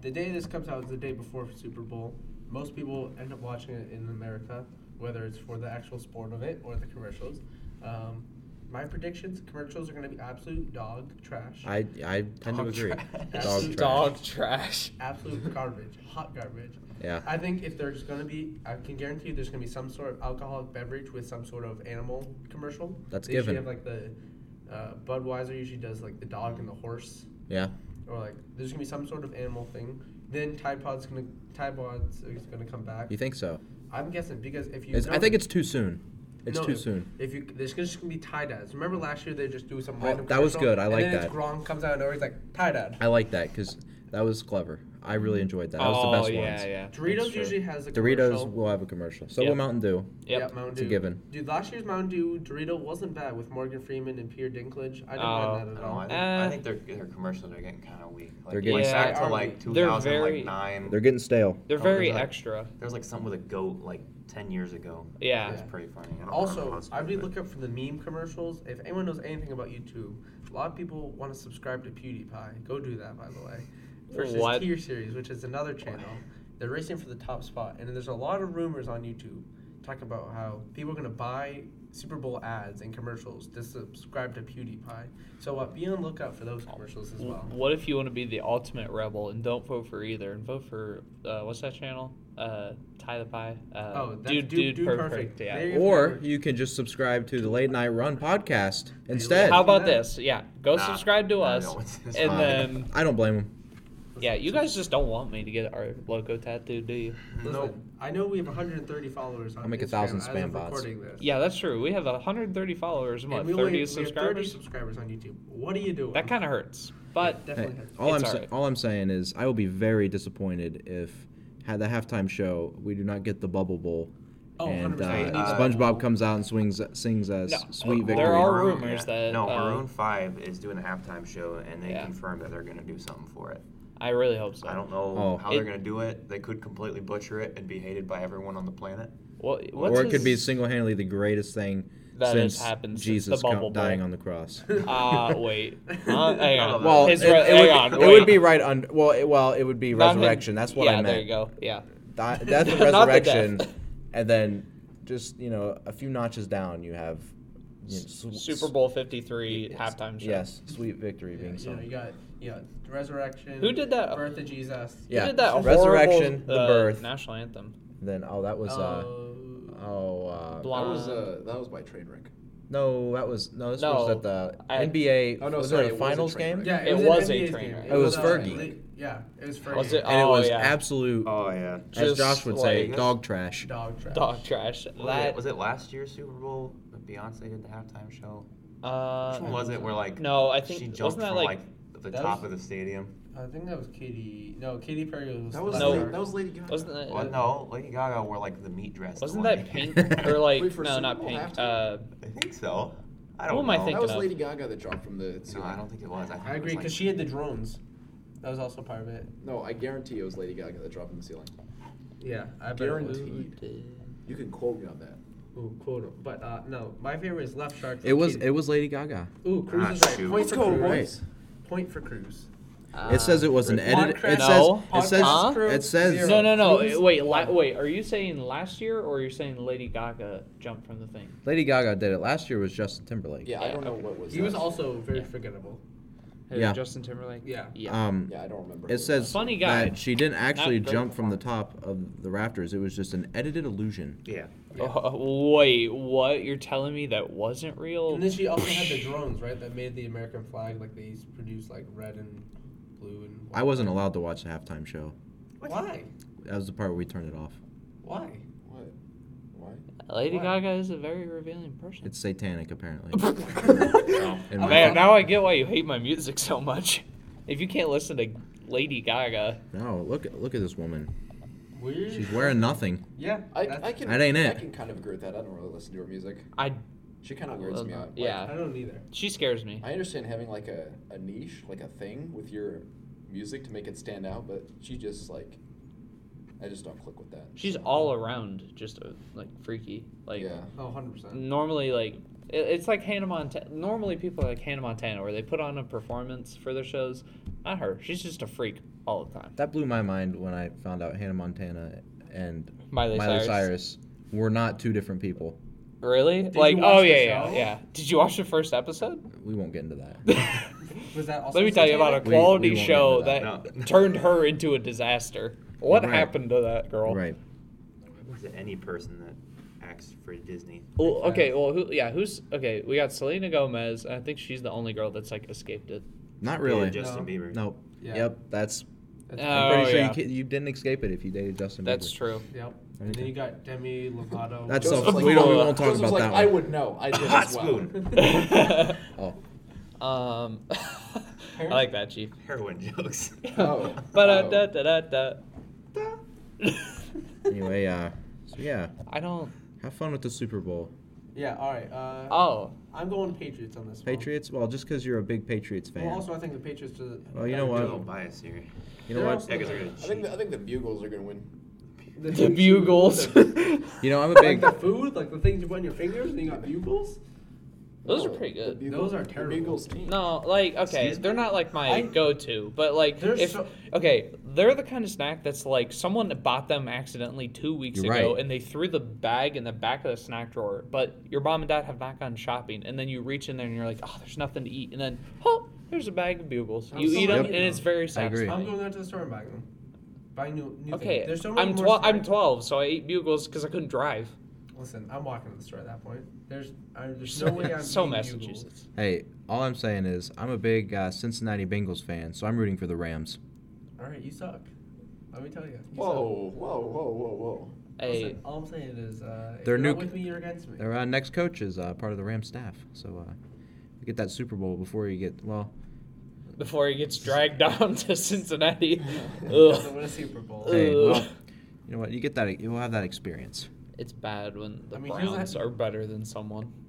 B: the day this comes out is the day before Super Bowl. Most people end up watching it in America, whether it's for the actual sport of it or the commercials. Um, my predictions: commercials are going to be absolute dog trash,
D: I I tend to
B: Dog
D: agree.
B: trash.
D: Dog trash.
C: dog trash.
B: absolute garbage, hot garbage.
D: Yeah.
B: I think if there's going to be, I can guarantee you there's going to be some sort of alcoholic beverage with some sort of animal commercial.
D: That's
B: they usually
D: given.
B: have like the uh, Budweiser usually does like the dog and the horse
D: Yeah.
B: or like there's gonna be some sort of animal thing. Then Tide Pod's gonna Tide Pod's is gonna come back.
D: You think so?
B: I'm guessing because if you.
D: It's, I
B: notice-
D: think it's too soon. It's
B: No,
D: too
B: if-
D: soon.
B: If you, there's just gonna be tie dyes. Remember last year they just do some
D: Oh,
B: random.
D: that was
B: commercial,
D: good. I
B: and
D: like
B: then
D: that.
B: It's Gronk comes out and he's like tie dyed.
D: I like that because that was clever. I really enjoyed that. That was the best
C: oh, yeah,
D: ones.
C: yeah.
B: Doritos
C: that's true.
B: usually has a
D: Doritos
B: commercial.
D: will have a commercial. So
C: Yep.
D: will Mountain Dew.
C: Yep.
B: Yeah, Mountain
D: It's
B: Dew.
D: a given.
B: Dude, last year's Mountain Dew Dorito wasn't bad with Morgan Freeman and Pierre Dinklage. I didn't
C: Oh.
B: mind
A: I
B: that
A: don't
B: at
A: know. I
B: all.
A: think, I
C: Uh,
A: think their, their commercials are getting kind of weak. Like,
D: They're getting-
A: like
C: Yeah,
A: back to
B: are
A: like
B: we?
C: They're
A: 2000,
C: very-
A: like nine.
D: They're getting stale.
C: They're
A: Oh,
C: very
A: there's a-
C: extra.
A: There was like something with a goat like 10 years ago.
C: Yeah.
A: It was pretty funny. I don't
B: Also,
A: remember how
B: I
A: it's
B: would
A: called,
B: look up for the meme commercials. If anyone knows anything about YouTube, a lot of people want to subscribe to PewDiePie. Go do that, by the way. Versus
C: What?
B: Tier Series, which is another channel. They're racing for the top spot, and there's a lot of rumors on YouTube talking about how people are going to buy Super Bowl ads and commercials to subscribe to PewDiePie. So uh, be on the lookout for those commercials as well.
D: Mm-hmm.
C: What if you want to be the ultimate rebel and don't vote for either and vote for uh, what's that channel? Uh, Tie the Pie. Uh,
B: Oh, that's
C: dude,
B: Dude-
C: dude,
B: Dude
C: perfect.
B: Perfect.
C: Yeah.
B: There you
D: Or you can just subscribe to the Late Night Run podcast instead.
C: How
B: do
C: about
B: that.
C: this? Yeah, go
A: Nah,
C: subscribe to
A: nah, I
C: us,
A: don't want to
C: and
A: subscribe.
C: then
D: I don't blame him.
C: yeah, you guys just don't want me to get our logo tattooed, do you?
B: Listen,
A: Nope.
B: I know we have 130 followers on
D: I'll make a
B: Instagram
D: thousand
B: as
D: spam
B: of
D: bots.
B: recording this.
C: Yeah, that's true. We have 130 followers, and
B: And
C: what,
B: we
C: 30
B: only, we have 30
C: subscribers?
B: subscribers on YouTube. What are you doing?
C: That kind of hurts, but
D: Hey,
B: definitely. hurts.
D: all
C: It's
D: I'm sa-
C: alright.
D: all I'm saying is I will be very disappointed if had the halftime show we do not get the Bubble Bowl.
B: Oh,
D: and
B: 100%.
A: You need
D: uh,
A: the
D: SpongeBob comes out and swings sings uh,
C: No,
D: "Sweet
C: there
D: Victory."
C: are rumors that,
A: No,
C: uh,
A: Maroon 5 is doing a halftime show and they
C: Yeah.
A: confirmed that they're going to do something for it.
C: I really hope so.
A: I don't know
D: Oh.
A: how
C: It-
A: they're going to do it. They could completely butcher it and be hated by everyone on the planet.
C: What,
A: Or
C: what's
D: or it could be
C: his-
D: single-handedly the greatest thing
C: That has
D: since
C: happened since
D: Jesus
C: the Bubble
D: co- dying
C: Bowl.
D: on the cross.
C: Uh, wait. Huh? Hang on.
D: well,
C: His
D: it,
C: re-
D: it
C: hang
D: would,
C: on,
D: it would
C: wait.
D: be right under. Well, it, well, it would be
C: Not him-
D: resurrection. That's what
C: yeah,
D: I meant.
C: There you go. Yeah.
D: Di- death and
C: Not the
D: resurrection,
C: death.
D: and then just you know a few notches down, you have you know, sw-
C: Super Bowl 53
D: Yes.
C: halftime show.
D: Yes, sweet victory being
B: You know, you
D: sung.
B: got yeah, resurrection.
C: Who did that?
B: Birth of Jesus.
C: Who
D: Yeah.
C: did that horrible,
D: Resurrection, the
C: uh,
D: birth.
C: national anthem.
D: Then oh, that was uh, oh uh,
C: Blonde.
E: That was uh, that was by Trainwreck.
D: no, that was no, this was
C: No.
D: at the
C: I-
D: NBA.
E: Oh, no,
D: was
E: sorry,
D: it
E: it
D: a
E: was a
D: finals
E: train
D: game?
E: wreck.
B: Yeah,
C: It
B: it,
C: was
B: an
C: a
B: NBA's
C: train
B: game.
C: wreck.
D: It was
B: uh,
D: Fergie.
B: li- Yeah, it was Fergie.
C: Was it-
D: And it
C: Oh,
D: was
C: yeah.
D: absolute,
A: Oh, yeah.
D: as
C: Just
D: Josh would say,
C: like-
D: dog trash.
B: dog trash?
C: Dog trash.
A: Was,
C: That
A: it, was it last year's Super Bowl that Beyonce did the halftime show?
C: Uh,
A: Which one was it? Where like
C: No, I
A: she
C: think-
A: jumped
C: wasn't that,
A: from
C: like-
A: like, the
B: that
A: top
B: was-
A: of the stadium?
B: I think that was Katy. No, Katy Perry was.
E: That was
C: No.
E: no,
C: Lady-
E: that was Lady Gaga.
C: Wasn't that?
A: Well, no, Lady Gaga wore like the meat dress. the
C: Uh, Wasn't
A: one
C: that
A: day.
C: pink or like
E: Wait, for
C: no,
E: Super
C: not
E: Bowl
C: pink. Uh,
E: halftime?
A: I think so. I don't
C: Who am
A: know.
C: I
E: that
C: thinking
E: was
C: of?
E: Lady Gaga that dropped from the.
A: No,
E: ceiling.
A: I don't think it was. I, think it
B: I
A: was,
B: agree
A: like-
B: because she had the drones. That was also part of it.
E: No, I guarantee it was Lady Gaga that dropped from the ceiling.
B: Yeah, I bet. it was.
E: Guaranteed. You can quote me on that.
B: Ooh, quote him. But uh, no, my favorite is Left Shark.
D: It was it was Lady Gaga.
B: Ooh, Cruz
A: Ah,
B: is right.
A: shoot.
B: Point
A: Let's
B: for
E: go,
B: Cruz.
E: boys.
B: Point for Cruz.
D: It says it was an edit. It
B: Podcast-
D: says
C: Uh, No.
D: it says
C: Podcast
B: crew,
D: it says
B: zero.
C: No, no, no.
B: Who's-
C: Wait, la- wait. Are you saying last year or you're saying Lady Gaga jumped from the thing?
D: Lady Gaga did it last year. Was Justin Timberlake?
E: Yeah, I
C: Yeah,
E: don't know
C: okay.
E: what was.
B: He was
E: that.
B: also very
C: Yeah.
B: forgettable.
C: Who,
D: Yeah.
C: Justin Timberlake.
B: Yeah.
C: Yeah.
D: Um,
E: Yeah, I don't remember. who
D: it says
C: Funny guy.
D: that she didn't actually
C: great
D: jump from the top of the rafters. It was just an edited illusion.
A: Yeah.
C: Oh, wait, what? You're telling me that wasn't real?
B: And then she also had the drones, right? That made the American flag like these produced like red and blue and.
D: I wasn't allowed to watch the halftime show.
B: Why?
D: That was the part where we turned it off.
B: Why?
E: What? Why?
C: Lady
B: Why?
C: Gaga is a very revealing person.
D: It's satanic, apparently. In my-
C: Man, now I get why you hate my music so much. If you can't listen to Lady Gaga,
D: No, look look at this woman.
B: Weird.
D: She's wearing nothing.
B: Yeah.
E: I,
B: that's-
E: I can.
D: That ain't
E: I
D: it.
E: can kind of agree with that. I don't really listen to her music.
C: I
E: She kind of weirds me out. Like,
C: yeah,
B: I don't either.
C: she scares me.
E: I understand having like a, a niche, like a thing with your music to make it stand out, but she just like, I just don't click with that.
C: She's all around, just uh, like freaky. Like
E: yeah.
B: Oh, 100 percent.
C: normally, like it, it's like Hannah Montana. Normally, people are like Hannah Montana, where they put on a performance for their shows. Not her. She's just a freak all the time.
D: That blew my mind when I found out Hannah Montana and
C: Miley Cyrus.
D: Cyrus were not two different people.
C: Really?
B: Did
C: like
B: you watch
C: oh
B: the
C: yeah, yeah,
B: show?
C: yeah. Did you watch the first episode?
D: We won't get into that.
B: Was that also?
C: Let me tell you about a
B: satanic?
D: We- we
C: quality
D: won't get
C: show
D: into
C: that,
D: that.
A: No.
C: turned her into a disaster. What
D: Right.
C: happened to that girl?
D: right.
A: Was it any person that acts for Disney?
C: Well, okay, well, who, yeah, who's okay? We got Selena Gomez. and I think she's the only girl that's like escaped it.
D: Not
A: Dated
D: really.
A: Justin
B: No.
A: Bieber.
D: Nope.
B: Yeah.
D: Yep. That's.
B: That's-
C: Uh,
D: I'm pretty
C: Oh,
D: sure
C: yeah.
D: you, ca- you didn't escape it if you dated Justin.
C: That's
D: Bieber.
C: true.
B: Yep.
D: There
B: And then
D: you
B: you
D: go.
B: got Demi Lovato.
D: That's
E: Joseph's
D: self.
E: like,
D: we don't. We
E: "Oh,
D: won't talk
E: Joseph's
D: about
E: like,
D: that
E: I
D: one.
E: would know. I did
A: Hot
E: as well.
A: spoon.
D: Oh,
C: um, I like that, Chief.
A: Heroin jokes.
E: Oh.
C: But da da da da.
B: Oh.
D: anyway, uh, so yeah,
C: I don't.
D: have fun with the Super Bowl.
B: Yeah, all right. Uh,
C: Oh,
B: I'm going Patriots on this one.
D: Patriots. Well, just because you're a big Patriots fan.
B: Well, also, I think the Patriots. Are,
D: Well, you know
A: A
D: what?
A: little bias here.
D: you know
B: they're
D: what?
B: also-
A: Yeah, 'cause they're gonna
E: I think
A: cheat.
E: the, I think the Bugles are gonna win.
B: The,
C: the bugles.
D: You know, I'm a
B: like
D: big.
B: the food, like the things you put in your fingers, and you got bugles.
C: Those are
E: No,
C: pretty
E: the
C: good.
E: Bugles-
B: Those are
E: the
B: terrible.
E: Bugles team.
C: No, like okay,
A: Excuse me?
C: they're not like my
B: I-
C: go-to, but like
B: They're
C: if
B: so-
C: okay, they're the kind of snack that's like someone bought them accidentally two weeks
D: You're
C: ago,
D: right.
C: and they threw the bag in the back of the snack drawer. But your mom and dad have not gone shopping, and then you reach in there and you're like, oh, there's nothing to eat, and then oh, there's a bag of bugles.
B: I'm
C: You
B: so
C: eat them,
B: happy
C: and
B: though.
C: it's very
D: I agree.
C: satisfying.
B: I'm going out to the store and buying them. Buying new, new
C: Okay,
B: things. There's so many
C: I'm
B: more
C: twelve. I'm
B: snacks.
C: twelve, so I ate bugles because I couldn't drive.
B: Listen, I'm walking to the store at that point. There's, I, there's no way I'm
C: so
B: eating
C: Massachusetts.
D: Hey, all I'm saying is I'm a big uh, Cincinnati Bengals fan, so I'm rooting for the Rams.
B: Bugles. All right, you suck. Let me tell you. you suck.
E: Whoa, whoa, whoa, whoa, whoa.
C: Hey,
B: Listen, all I'm saying is, uh, if
D: They're
B: you're not
D: nuke-
B: with me, you're against me.
D: Their uh, next coach is uh, part of the Rams staff, so uh, we get that Super Bowl before you get well.
C: before he gets dragged down to Cincinnati.
B: Doesn't
C: Ugh.
B: win a Super Bowl.
D: Hey,
C: Ugh.
D: well, you know what? You get that. You'll have that experience.
C: It's bad when the
B: I mean, here's
C: Browns
B: that-
C: are better than someone.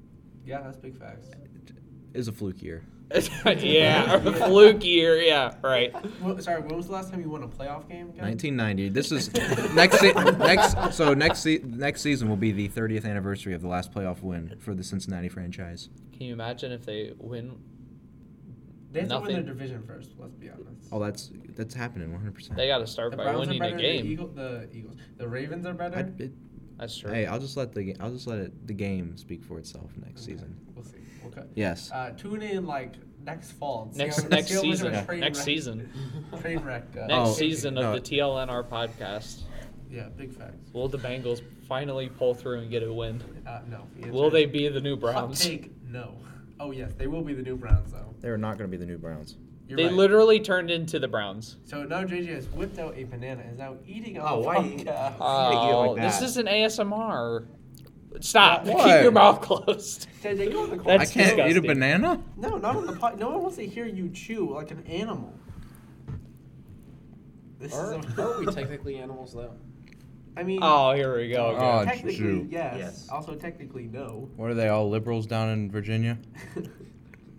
B: Yeah, that's big facts.
D: It's a fluke year.
C: yeah, or a fluke year. Yeah, right.
B: Well, sorry, when was the last time you won a playoff game? Kevin?
D: 1990. This is next. Se- next. So next. Se- next season will be the 30th anniversary of the last playoff win for the Cincinnati franchise.
C: Can you imagine if they win?
B: They have to
C: Nothing.
B: win their division first. Let's be honest.
D: Oh, that's that's happening 100. percent
C: They got to start
B: the
C: by
B: Browns are
C: winning a
B: better. The,
C: game.
B: Eagle, the Eagles. The Ravens are better.
D: I, it,
C: That's true.
D: hey, uh, I'll just let the ga- I'll just let it, the game speak for itself next season.
B: We'll see. We'll cut.
D: Yes.
B: Uh, tune in like next fall. and see
C: Next-
B: how-
C: next
B: see how much of
C: season.
B: a train
C: Next
B: wreck-
C: season.
B: Train wreck. Uh,
C: Next
D: Oh,
C: season of
D: no.
C: the TLNR podcast,
B: Yeah, big facts.
C: will the Bengals finally pull through and get a win?
B: Uh, no. the
C: Will
B: answer
C: they
B: is-
C: be the new
B: Hot
C: Browns?
B: Take no. Oh yes, they will be the new Browns though.
D: They are not going to be the new Browns.
B: You're
C: They
B: right.
C: literally turned into the Browns.
B: So now JJ has whipped out a banana and is now eating on
A: Oh,
B: the
A: why? you-
B: podcast.
A: why you
C: Oh,
A: like
C: this
A: that?
C: isn't ASMR. Stop.
D: Why?
C: Keep your mouth closed.
B: JJ, go in the corner.
C: That's
D: I can't eat
C: disgusting.
D: a banana.
B: No, not on the pod. No one wants to hear you chew like an animal. This
E: Are,
B: is. A-
E: are we technically animals though?
B: I mean.
C: Oh, here we go. again.
D: Oh,
B: technically
D: shoot.
B: yes.
A: Yes.
B: Also technically no.
D: What are they all liberals down in Virginia?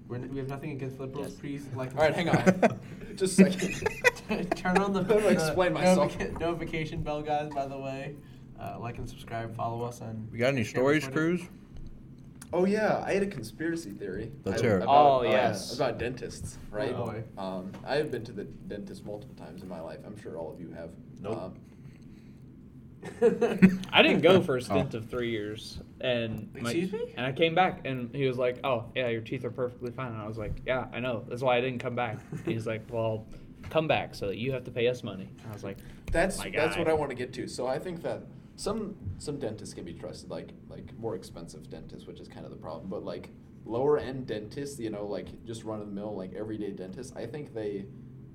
B: We're n- we have nothing against liberals, please. Like.
E: All right, hang on. Just a second.
B: Turn on the.
E: I'm gonna
B: the
E: explain myself.
B: notifica- notification bell, guys. By the way, uh, like and subscribe. Follow us on.
D: We got any
B: Instagram,
D: stories,
B: Twitter.
D: Cruz?
E: Oh yeah, I had a conspiracy theory.
D: Let's
E: ab-
D: hear it.
C: Oh, yes.
E: about dentists, right?
B: Oh, boy.
E: Um, I have been to the dentist multiple times in my life. I'm sure all of you have.
A: Nope.
E: Um,
B: Oh.
C: I didn't go for a stint
D: Oh.
C: of three years, and my-
B: Excuse me?
C: And I came back, and he was like, "Oh, yeah, your teeth are perfectly fine." And I was like, "Yeah, I know. That's why I didn't come back." And he's like, "Well, come back so that you have to pay us money." And I was like, "Oh
E: that's
C: My
E: that's
C: guy.
E: what I want to get to. So I think that some some dentists can be trusted, like like more expensive dentists, which is kind of the problem. But like lower end dentists, you know, like just run of the mill, like everyday dentists, I think they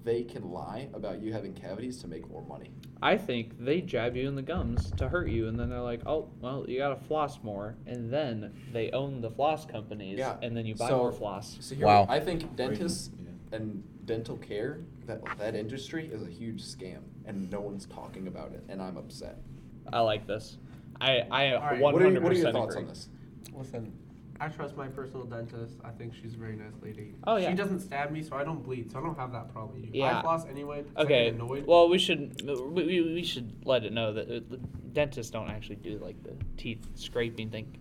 E: they can lie about you having cavities to make more money.
C: "I think they jab you in the gums to hurt you, and then they're like, "Oh, well, you gotta floss more," and then they own the floss companies,
E: Yeah.
C: and then you buy
E: So-
C: more floss.
E: So here,
D: Wow.
E: I think dentists and dental care that that industry is a huge scam, and no one's talking about it, and I'm upset.
C: I like this. I I
B: All right,
C: one
E: What are,
C: hundred
E: your- what are your
C: percent
E: thoughts
C: agree.
E: on this?
B: Listen, I trust my personal dentist. I think she's a very nice lady.
C: Oh, yeah.
B: She doesn't stab me, so I don't bleed, so I don't have that problem. You do.
C: Yeah.
B: I floss anyway. Because I
C: Okay.
B: get annoyed.
C: Well, we should we, we, we should let it know that uh, the dentists don't actually do like the teeth scraping thing.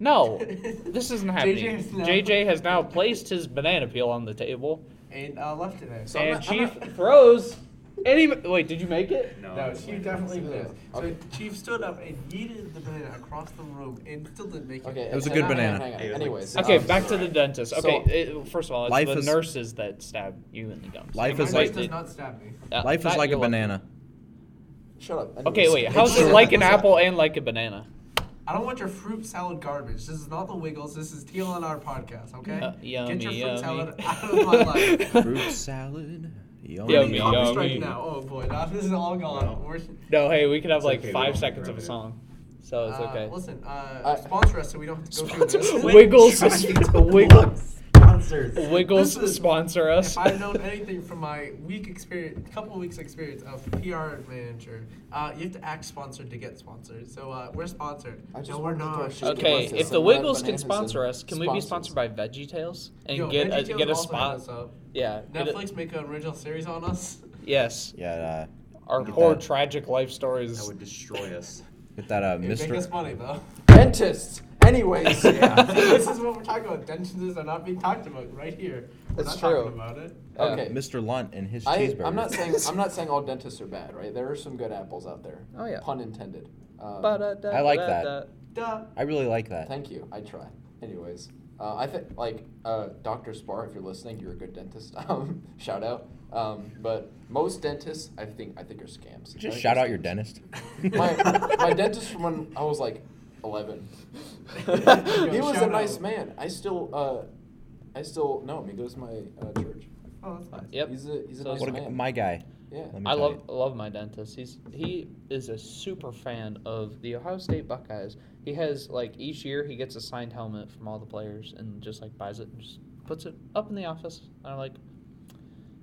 C: No, this isn't happening. JJ has, now... placed his banana peel on the table,
B: and uh, left it there.
E: So
C: and
E: I'm not- I'm
C: Chief
E: not-
C: throws. Any wait, did you make it?
A: No.
B: no, Chief definitely
E: Yeah.
B: missed. So
E: Okay.
B: Chief stood up and yeeted the banana across the room and still didn't make
E: Okay,
B: it.
D: It was a
E: hang
D: good
E: on, hang on, hang
D: banana.
E: on.
A: It was like
E: Anyways,
A: six
C: Okay,
A: Um,
C: back to the
A: alright.
C: dentist. Okay, it, first of all, it's
D: Life
C: the
D: is-
C: nurses that stab you in the gums.
D: Life
B: And my
D: is
B: nurse
D: like-
B: does not stab me.
C: Uh,
D: Life is
C: that
D: like a
C: you're lucky.
D: banana.
E: Shut up.
C: Okay,
E: Anyways.
C: wait. How's it
E: Listen,
C: like an
E: listen.
C: apple and like a banana?
B: I don't want your fruit salad garbage. This is not the Wiggles. This is Teal on our podcast. Okay.
C: Uh, yummy,
B: Get your
C: yummy.
B: fruit salad out of my life.
D: Fruit salad. Yummy.
C: Yummy,
B: Copy
C: yummy.
B: strike now. Oh boy, now this is all gone.
F: No.
B: We're-
C: No, hey, we could have
F: It's
C: like
F: okay, we
C: five
F: don't
C: seconds of
F: have
C: a
F: to
C: song, so it's
B: Uh,
C: okay.
B: Listen, uh,
E: I-
B: sponsor us so we don't have to go through this.
C: Wiggles, Wiggle,
F: Concerts.
C: Wiggles
B: This is-
C: sponsor us.
B: If I've known anything from my week experience, couple of weeks experience of PR manager, uh, you have to act sponsored to get sponsored. So uh, we're sponsored.
E: I just
B: No, we're
E: wanted to
B: not.
E: throw a
C: Okay,
E: Just give us
C: if the
E: some
C: Wiggles
E: bananas
C: can
E: and
C: sponsor us, can we be sponsored
E: sponsors.
C: by VeggieTales and
B: Yo,
C: get a,
B: VeggieTales
C: get a
B: also hit
C: spot?
B: us up.
C: Yeah. get a-
B: Netflix make an original series on us.
C: yes.
D: Yeah, uh,
C: Our
D: Get
C: poor
D: that.
C: tragic life stories.
A: That would destroy us.
D: get that uh,
B: It make us
D: Mr.
B: money though.
E: Dentists. Anyways,
D: Uh,
B: this is what we're talking about. Dentists are not being talked about right here. We're
E: It's
B: not
E: true.
B: Talking about it.
E: Okay.
D: Mr. uh, Lunt and his
E: I,
D: cheeseburger.
E: I'm not saying I'm not saying all dentists are bad, right? There are some good apples out there.
C: Oh, yeah.
E: Pun intended. Um,
D: I like that.
B: Duh.
D: I really like that.
E: Thank you. I try. Anyways, uh, I think like uh, Doctor Spar, if you're listening, you're a good dentist. Um, shout out. Um, but most dentists, I think, I think are scams. I think
D: Just shout
E: they're
D: out your
E: scams.
D: dentist.
E: My, my dentist from when I was like 11. he was a
B: shout
E: nice
B: out.
E: man. I still, uh, I still know him. He goes to my uh, church.
B: Oh, that's nice.
C: Yep.
E: He's a he's a
C: So-
E: nice
D: What a, g-
E: man.
D: my guy.
E: yeah.
D: Let me
C: I
D: tell
C: love
D: you.
C: love my dentist. He's he is a super fan of the Ohio State Buckeyes. He has like each year he gets a signed helmet from all the players and just like buys it and just puts it up in the office. And I'm like,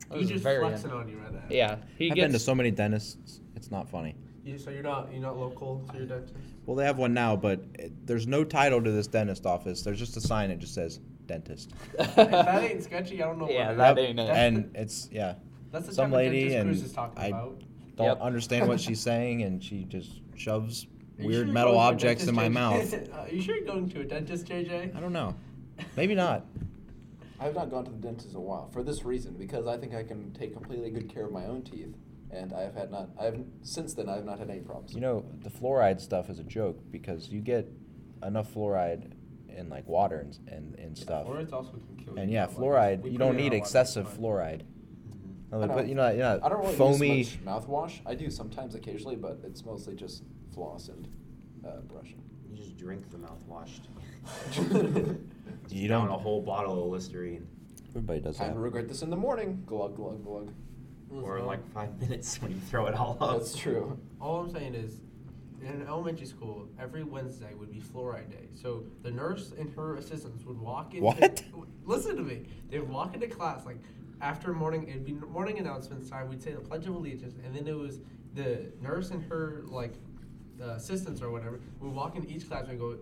C: that
B: He's
C: is
B: just
C: very
B: flexing
C: un-
B: on you right now.
C: Yeah, he
D: I've
C: gets.
D: been to so many dentists. It's not funny.
B: You, so you're not you're not local to your dentist.
D: Well, they have one now, but it, there's no title to this dentist office. There's just a sign that just says dentist.
B: if that ain't sketchy, I don't know.
C: Yeah,
B: what
C: that
B: is.
C: ain't it.
D: And it's yeah.
B: That's the
D: some
B: type of
D: lady
B: dentist
D: and
B: Cruz is talking
D: I-
B: about.
D: Don't
C: Yep.
D: understand what she's saying, and she just shoves
B: Are you
D: weird
B: sure you're
D: metal
B: going to a
D: objects in my
B: dentist,
D: mouth.
B: JJ? Are you sure you're going to a dentist, JJ?
D: I don't know. Maybe not.
E: I have not gone to the dentist in a while for this reason because I think I can take completely good care of my own teeth, and I have had not. I have since then I have not had any problems.
D: You know, the fluoride stuff is a joke because you get enough fluoride in like water and and, and stuff.
B: Or it's also can kill
D: And
B: you.
D: yeah,
B: Like,
D: fluoride.
B: we
D: You
B: put
D: don't
B: it in
D: need
B: our water,
D: excessive
B: it's fine.
D: fluoride. No,
E: I
D: they put,
E: don't-
D: you know, you know,
E: I don't really
D: foamy.
E: use much mouthwash. I do sometimes occasionally, but it's mostly just floss and uh, brushing.
F: You just drink the mouthwash.
D: You
A: You
D: don't-
A: down a whole bottle of Listerine
D: Everybody does
E: Time
D: that.
E: to regret this in the morning. Glug glug glug.
A: or
B: Mhm.
A: in like five minutes when you throw it all up.
E: That's true.
B: All I'm saying is, in elementary school, every Wednesday would be fluoride day. So the nurse and her assistants would walk into.
D: What?
B: Listen to me. They would walk into class like after morning. It'd be morning announcements time. We'd say the Pledge of Allegiance, and then it was the nurse and her like uh, assistants or whatever would walk into each class and go.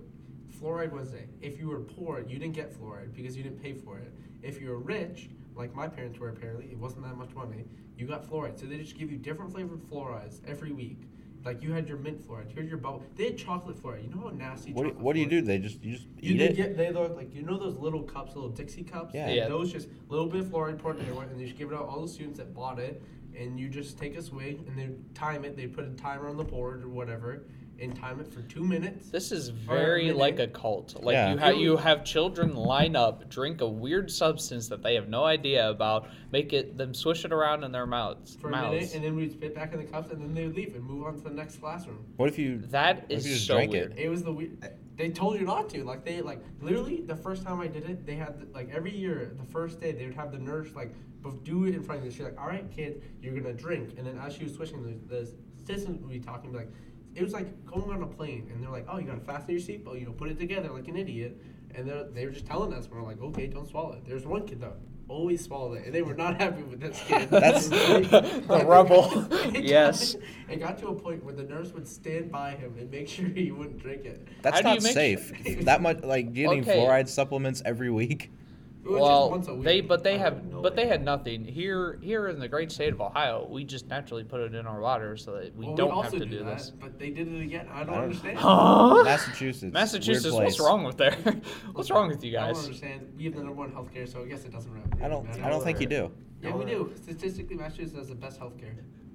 B: Fluoride Wednesday. If you were poor, you didn't get fluoride because you didn't pay for it. If you were rich, like my parents were apparently, it wasn't that much money, you got fluoride. So they just give you different flavored fluorides every week. Like you had your mint fluoride, here's your bubble. They had chocolate fluoride. You know how nasty.
D: What do, you-
B: chocolate
D: what do you
B: fluoride
D: do? They just you just
B: you
D: eat
B: did
D: it.
B: get- they look like you know those little cups, little Dixie cups.
D: Yeah.
C: Yeah.
B: Those just a little bit of fluoride poured in there, and they just give it out to all the students that bought it, and you just take a swig and they time it. They put a timer on the board or whatever, and time it for two minutes.
C: This is very
B: minute.
C: like a cult. Like
D: Yeah.
C: you have you have children line up, drink a weird substance that they have no idea about, make it them swish it around in their mouths.
B: For a minute,
C: mouths.
B: and then we'd spit back in the cups, and then they would leave and move on to the next classroom.
D: What if you?
C: That
D: What if
C: is
D: you just
C: so
D: drank it?
C: weird.
B: It was the weird. They told you not to. Like they like literally the first time I did it, they had like every year the first day they would have the nurse like bef- do it in front of you. She's like, "All right, kids, you're gonna drink." And then as she was switching, the, the assistant would be talking like, it was like going on a plane, and they're like, "Oh, you gotta fasten your seatbelt, you know, put it together like an idiot." And they're they were just telling us, we're like, "Okay, don't swallow it." There's one kid though. Always swallowed it, and they were not happy with this kid.
D: That's-
C: The rebel. Yes.
B: It got to a point where the nurse would stand by him and make sure he wouldn't drink it.
D: That's
C: How do
D: not
C: you make
D: safe.
B: sure-
D: that much like getting
C: Okay.
D: fluoride supplements every week.
B: It was
C: well,
B: just once a week.
C: they but they
A: I
C: have
A: have no
C: but they
A: idea.
C: had nothing here. Here in the great state of Ohio, we just naturally put it in our water so that we
B: Well,
C: don't
B: also
C: have to do,
B: that,
C: this.
B: But they did it again. I don't,
D: don't-
B: understand.
C: Huh?
D: Massachusetts. weird
C: Massachusetts, what's
D: place.
C: wrong with there? what's wrong with you
B: I don't
C: guys?
B: understand. We have the number one healthcare, so I guess it doesn't really
D: I don't.
B: matter.
D: I don't think you do.
B: Yeah, we do. Statistically, Massachusetts has the best healthcare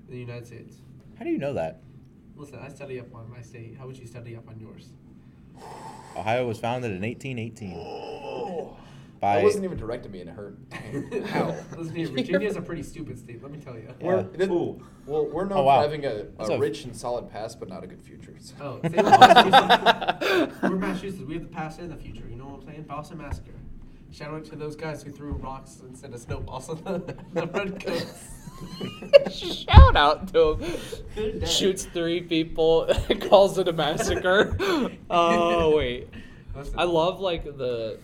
B: in the United States.
D: How do you know that?
B: Listen, I study up on my state. How would you study up on yours?
D: Ohio was founded in 1818
E: That
D: by.
E: wasn't even directed at me, and it hurt. Ow.
B: Listen here, Virginia's a pretty stupid state. Let me tell you.
D: Yeah.
E: This- Well, we're known
D: Oh, wow.
E: for having a,
D: That's
E: a,
D: a-
E: rich and solid past, but not a good future. so-
B: Oh, same with Massachusetts. we're Massachusetts. We have the past and the future. You know what I'm saying? Boston Massacre. Shout out to those guys who threw rocks instead of snowballs on the, the red coats.
C: Shout out to him.
F: Good day.
C: Shoots three people, calls it a massacre. oh wait,
B: Listen.
C: I love like the.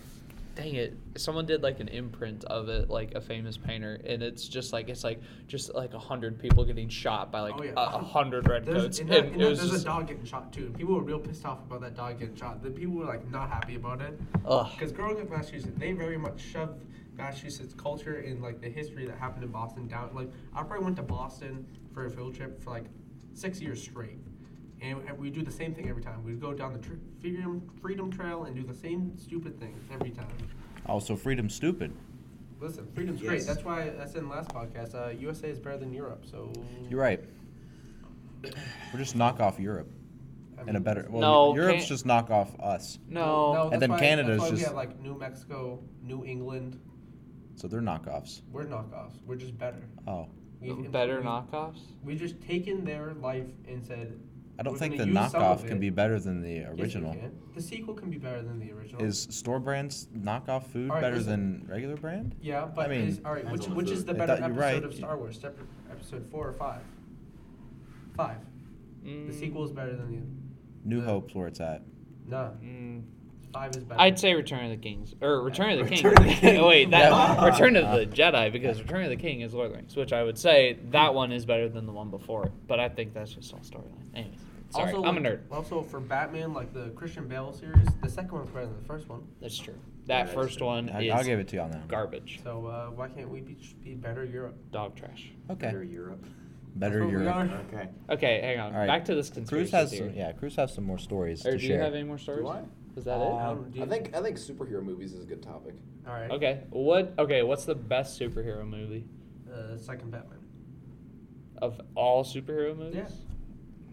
C: Dang it! Someone did like an imprint of it, like a famous painter, and it's just like it's like just like a hundred people getting shot by like
B: Oh, yeah.
C: a a hundred redcoats.
B: There's, and that,
C: and
B: and
C: it
B: that-
C: was
B: there's
C: just-
B: a dog getting shot too. and People were real pissed off about that dog getting shot. The people were like not happy about it.
C: Ugh.
B: Because growing up in Massachusetts, they very much shoved Massachusetts culture and like the history that happened in Boston down. Like I probably went to Boston for a field trip for like six years straight, and, and we do the same thing every time. We'd go down the tr- freedom Freedom Trail and do the same stupid thing every time.
D: Also, freedom's stupid.
B: Listen, freedom's great.
F: Yes.
B: That's why I said in the last podcast, uh, USA is better than Europe. So
D: You're right. We're just knockoff Europe
B: I
D: in a
B: mean,
D: better. Well,
C: No,
D: Europe's
C: can-
D: just knock off us,
C: no.
B: No,
D: And
B: that's
D: then
B: why-
D: Canada's
B: that's why
D: just-
B: we have like New Mexico, New England.
D: so they're knockoffs.
B: We're knockoffs. We're just better.
D: Oh,
B: We've-
C: better
B: we've-
C: knockoffs.
B: We've just taken their life and said.
D: I don't
B: we're
D: think the
B: gonna use some of
D: knockoff can
B: it.
D: be better than the
B: Yes, we
D: original.
B: can. The sequel can be better than the original.
D: Is store brands knockoff food
B: All right,
D: better
B: listen.
D: than regular brand?
B: yeah, but
D: mean,
B: is, all right.
F: depends
B: Which
F: on the
B: which
F: food.
B: is the
D: I
B: better
D: thought
B: episode
D: you're right.
B: of Star Wars? Step, episode four or five? Five. The
C: Mm,
B: sequel is better than the.
D: New
B: Yeah.
D: Hope's where it's at.
B: Nah,
C: mm.
B: five is better.
C: I'd say Return of the Kings or Return of the King.
F: Return of the King.
C: Wait, that
F: Yeah.
C: Return of the Jedi because Return of the King is Lord of the Rings, which I would say that one is better than the one before. it, But I think that's just all storyline. Anyways, sorry,
B: also,
C: I'm a
B: like-
C: nerd.
B: Also, for Batman, like the Christian Bale series, the second one's better than the first one.
C: That's true. That
F: that's
C: first
F: true.
C: one
D: I,
C: is
D: I'll give it to y'all now.
C: garbage.
B: So uh, why can't we be, be better Europe?
C: Dog trash.
F: Better
D: Okay,
F: Europe.
D: better
B: That's what we
D: Europe.
B: are.
F: Okay.
C: Okay, hang on.
D: All right.
C: Back to this
D: Cruz
C: conspiracy
D: has
C: theory.
D: some, yeah. Cruz has some more stories
C: Or
D: to
C: do you
D: share.
C: have any more stories?
E: Do I? Uh,
C: Is that
B: Um, I
C: it?
B: don't- do
E: I
B: you-
E: think I think superhero movies is a good topic.
B: All right.
C: Okay. What? Okay. What's the best superhero movie
B: Uh, second Batman.
C: of all superhero movies?
B: Yeah.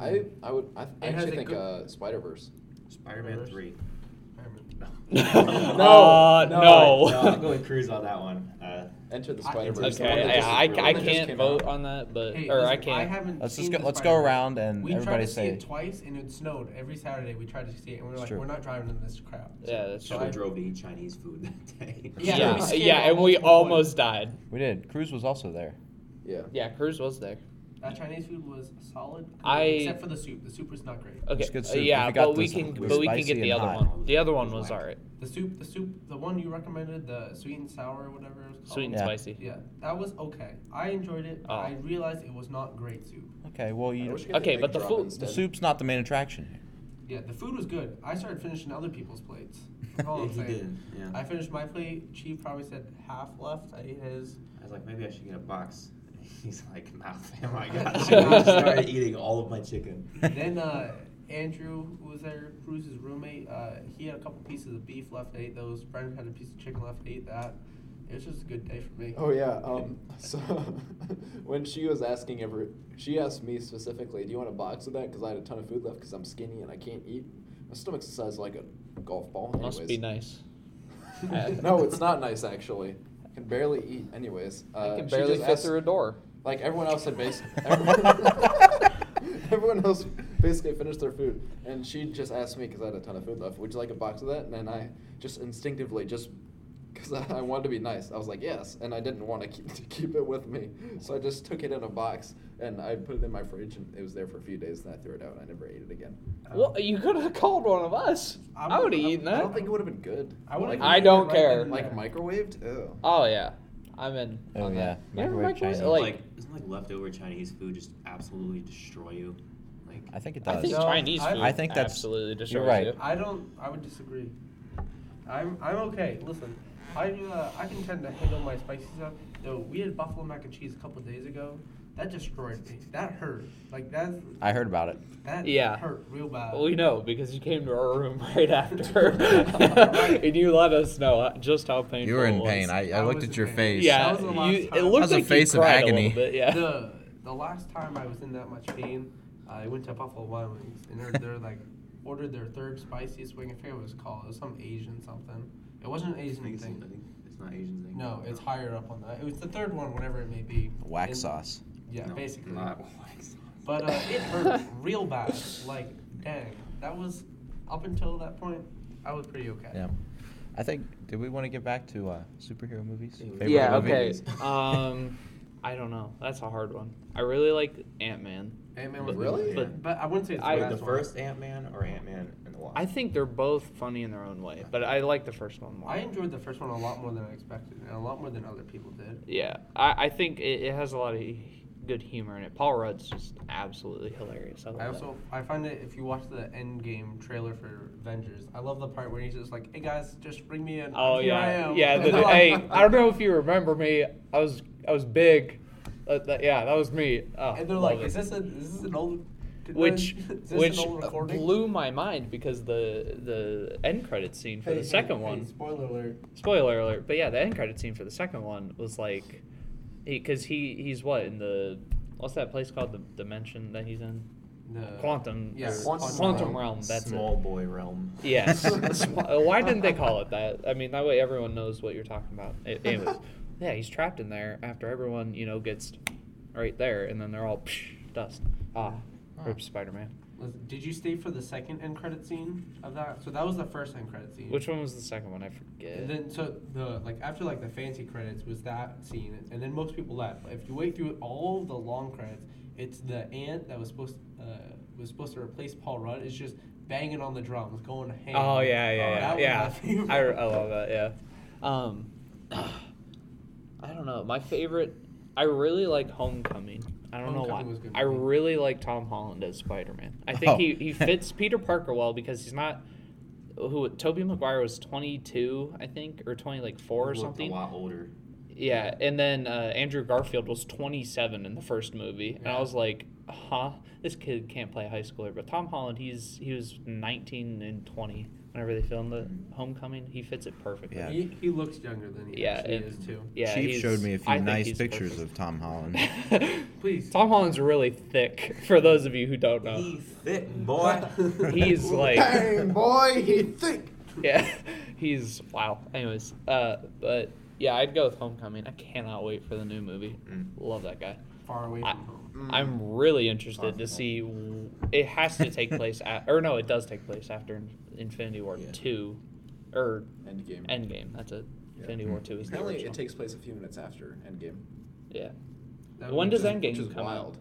E: I I would I, I
B: It has
E: actually
B: a
E: think
B: good-
E: uh, Spider Verse.
F: Spider-Man
B: Reverse.
F: 3.
B: Spider-Man.
F: No.
C: Uh, no.
F: no. I'm going cruise on that one. Uh,
E: Enter the
B: I-
E: Spider Verse.
F: the one
C: Okay,
F: that
C: yeah,
F: just-
C: I,
F: the
C: I,
F: one that just
C: can't
E: came
C: vote
E: out.
C: on that, but
B: Hey,
C: Uh, or I
B: listen, I
C: can't.
B: haven't
D: Let's just
B: seen
D: go.
B: the
D: Let's go
B: Spider-Man.
D: around and
B: We tried
D: everybody
B: to see
D: say.
B: it twice, and it snowed every Saturday. We tried to see it, and we are
D: It's
B: like,
D: true.
B: we're not driving in this crowd.
C: yeah, that's
F: should
B: So I-
F: have drove to eat Chinese food that day.
B: Yeah,
C: yeah,
B: we
C: yeah,
B: skipped
C: and we
B: multiple ones.
C: almost died.
D: We did. Cruz was also there.
E: Yeah.
C: Yeah, Cruz was there.
B: That Chinese food was solid,
C: I-
B: except for the soup. The soup was not great.
C: Okay,
D: good
C: uh,
D: soup. If
C: yeah,
D: you got
C: but we
D: this,
C: can,
D: it was
C: but we can
D: spicy
C: get the
D: and
C: other
D: hot.
C: one. The other one
F: It was
C: was
F: whack.
C: alright,
B: The soup, the soup, the one you recommended, the sweet and sour or whatever it was called.
C: sweet and
D: Yeah.
C: spicy.
B: Yeah, that was okay. I enjoyed it. but
C: Oh.
B: I realized it was not great soup.
D: Okay. Well,
E: I
D: you.
E: wish we had
C: Okay,
E: Big
C: but the
E: Drop
C: food- the
D: The
E: instead.
D: soup's not the main attraction here.
B: Yeah, the food was good. I started finishing other people's plates. That's all
F: Yeah,
B: I'm
F: he
B: saying.
F: did. Yeah.
B: I finished my plate. Chief probably said half left. I ate his.
F: I was like, maybe I should get a box. He's like, nah, fam, I got you. I just started eating all of my chicken.
B: then uh, Andrew who was there, Cruz's roommate. Uh, he had a couple pieces of beef left. I ate those. Brendan had a piece of chicken left. I ate that. It was just a good day for me.
E: Oh yeah. Um, so when she was asking every, she asked me specifically, "Do you want a box of that?" Because I had a ton of food left because I'm skinny and I can't eat. My stomach's the size of like a golf ball. Anyways.
C: Must be nice.
E: no, it's not nice actually. I can barely eat. Anyways, uh,
C: I can
E: she
C: barely
E: just
C: fit
E: asked-
C: through a door.
E: Like everyone else had basically, everyone, everyone else basically finished their food, and she just asked me because I had a ton of food left, "Would you like a box of that?" And then I just instinctively just. Because I I wanted to be nice, I was like yes, and I didn't want to keep, to keep it with me, so I just took it in a box and I put it in my fridge, and it was there for a few days. And I threw it out, and I never ate it again.
C: Well, you could have called one of us.
B: I
C: I would
B: would-
C: have
B: I-
C: eaten
E: I
C: that.
E: don't think it would have been good.
B: I would've
E: like,
C: I don't
B: Right
C: care.
B: then and
E: like
B: there.
E: microwaved. Ew.
C: Oh yeah, I'm in.
D: Oh,
C: on that.
D: yeah.
C: You ever
D: Microwave
C: microwave-
D: Chinese.
F: Like,
C: Like,
F: isn't like leftover Chinese food just absolutely destroy you? Like,
D: I think it does.
C: I think
B: No,
C: Chinese
B: I-
C: food.
D: I think that's-
C: absolutely
D: you're
C: destroys
D: right.
C: you.
B: I don't. I would disagree. I'm. I'm okay. Listen, I uh, I can tend to handle my spicy stuff. Though we had buffalo mac and cheese a couple days ago. That destroyed me. That hurt. Like that.
D: I heard about it.
B: That
C: Yeah.
B: hurt real bad.
C: We know because you came to our room right after, and you let us know just how painful.
D: You were
C: it
D: in
C: was.
D: pain. I, I
B: I
D: looked
B: was
D: at
B: in
D: your
B: pain.
D: face.
C: Yeah,
B: That was the last
C: you, it
B: time.
C: looked
D: That was a
C: like
D: face
C: you
D: of
C: cried a
D: agony.
C: little bit. Yeah.
B: The the last time I was in that much pain, I went to Buffalo Wild Wings and they're, they're like ordered their third spiciest wing. I forget what it was called. It was some Asian something. It wasn't an
F: I
B: Asian
F: think it's, I
B: thing.
F: think it's not Asian thing.
B: No, it's higher up on that. It was the third one, whatever it may be.
D: Wax
B: And-
D: sauce.
B: Yeah,
F: No,
B: basically.
F: Not wax sauce.
B: But uh, it hurt real bad. Like, dang, that was up until that point, I was pretty okay.
D: Yeah. I think. Did we want to get back to uh, superhero movies?
F: Yeah, we-
D: Favorite
C: Yeah. Uh,
F: movie
C: Okay.
F: is-
C: um, I don't know. That's a hard one. I really like Ant Man.
B: Ant Man
C: But-
B: was
E: really?
B: but, but I wouldn't say it's the
C: I-
A: Wait,
B: best
A: the
B: one.
A: first Ant Man or Ant Man and the Wasp?
C: I think they're both funny in their own way, but I like the first one more.
B: I enjoyed the first one a lot more than I expected, and a lot more than other people did.
C: yeah, I, I think it, it has a lot of good humor in it. Paul Rudd's just absolutely hilarious. I, love
B: I
C: that.
B: also I find that if you watch the end game trailer for Avengers, I love the part where he's just like, "Hey guys, just bring me in."
C: Oh
B: Here
C: yeah,
B: I am."
C: yeah. The,
B: Like,
C: hey, I don't know if you remember me. I was I was big. Uh, that, yeah, that was me. Oh,
B: And they're
C: love
B: like,
C: it.
B: "Is this a is this an old?" did
C: which
B: this- is this an
C: which
B: old
C: uh,
B: recording?
C: blew my mind because the the end credit scene for
B: Hey,
C: the
B: hey,
C: second
B: hey,
C: one.
B: spoiler alert.
C: Spoiler alert! But yeah, the end credit scene for the second one was like, because he, he's what in the what's that place called the dimension that he's in?
B: The-
C: Quantum.
B: Uh, Yeah,
C: or-
B: quantum
C: quantum,
B: realm.
C: realm. um, That's it.
A: small boy realm.
C: Yes. Sw- uh, Why didn't they call it that? I mean, that way everyone knows what you're talking about. A- Anyways, yeah, he's trapped in there after everyone, you know, gets right there, and then they're all psh, dust. Ah, rip Spider Man.
B: Listen, Did you stay for the second end credit scene of that? So that was the first end credit scene.
C: Which one was the second one? I forget.
B: And then so the like after like the fancy credits was that scene, and then most people left. But if you wait through all the long credits, it's the ant that was supposed uh, was supposed to replace Paul Rudd. It's just banging on the drums, going ham.
C: Oh yeah, yeah,
B: That was
C: yeah,
B: my
C: yeah.
B: favorite.
C: I, I love that. Yeah. Um, I don't know. My favorite. I really like Homecoming. I don't
B: Homecoming
C: know
B: was a
C: why.
B: good
C: I
B: movie.
C: really like Tom Holland as Spider Man. I think
D: Oh.
C: he, he fits Peter Parker well because he's not. Who Toby Maguire was twenty two, I think, or twenty like four or
A: Looked
C: something.
A: A lot older.
C: Yeah, and then uh, Andrew Garfield was 27 in the first movie, and I was like, "Huh, this kid can't play high schooler." But Tom Holland, he's he was 19 and 20 whenever they filmed the Homecoming. He fits it perfectly.
D: Yeah.
B: He, he looks younger than he
C: Yeah,
B: actually
C: and-
B: is too.
C: yeah
D: Chief
C: he's-
D: showed me a
C: I
D: few
C: think
D: nice
C: he's
D: pictures
C: perfect.
D: of Tom Holland.
B: Please.
C: Tom Holland's really thick. For those of you who don't know,
A: He thick boy.
C: he's like
E: Dang, boy, he think.
C: yeah, he's wow. Anyways, uh, but yeah, I'd go with Homecoming. I cannot wait for the new movie.
D: Mm.
C: Love that guy.
B: Far away from
C: I-
B: home.
C: I'm really interested to
E: Possible.
C: see. w- It has to take place at, or no, it does take place after In- Infinity War
E: Yeah.
C: two, or
E: Endgame.
C: Endgame. That's it. Infinity War two is the
E: Apparently,
C: original.
E: it takes place a few minutes after Endgame.
C: yeah.
B: That
C: When
B: was
C: does
E: which
B: just-
E: is-
C: Endgame
E: which is
C: come out?
E: wild.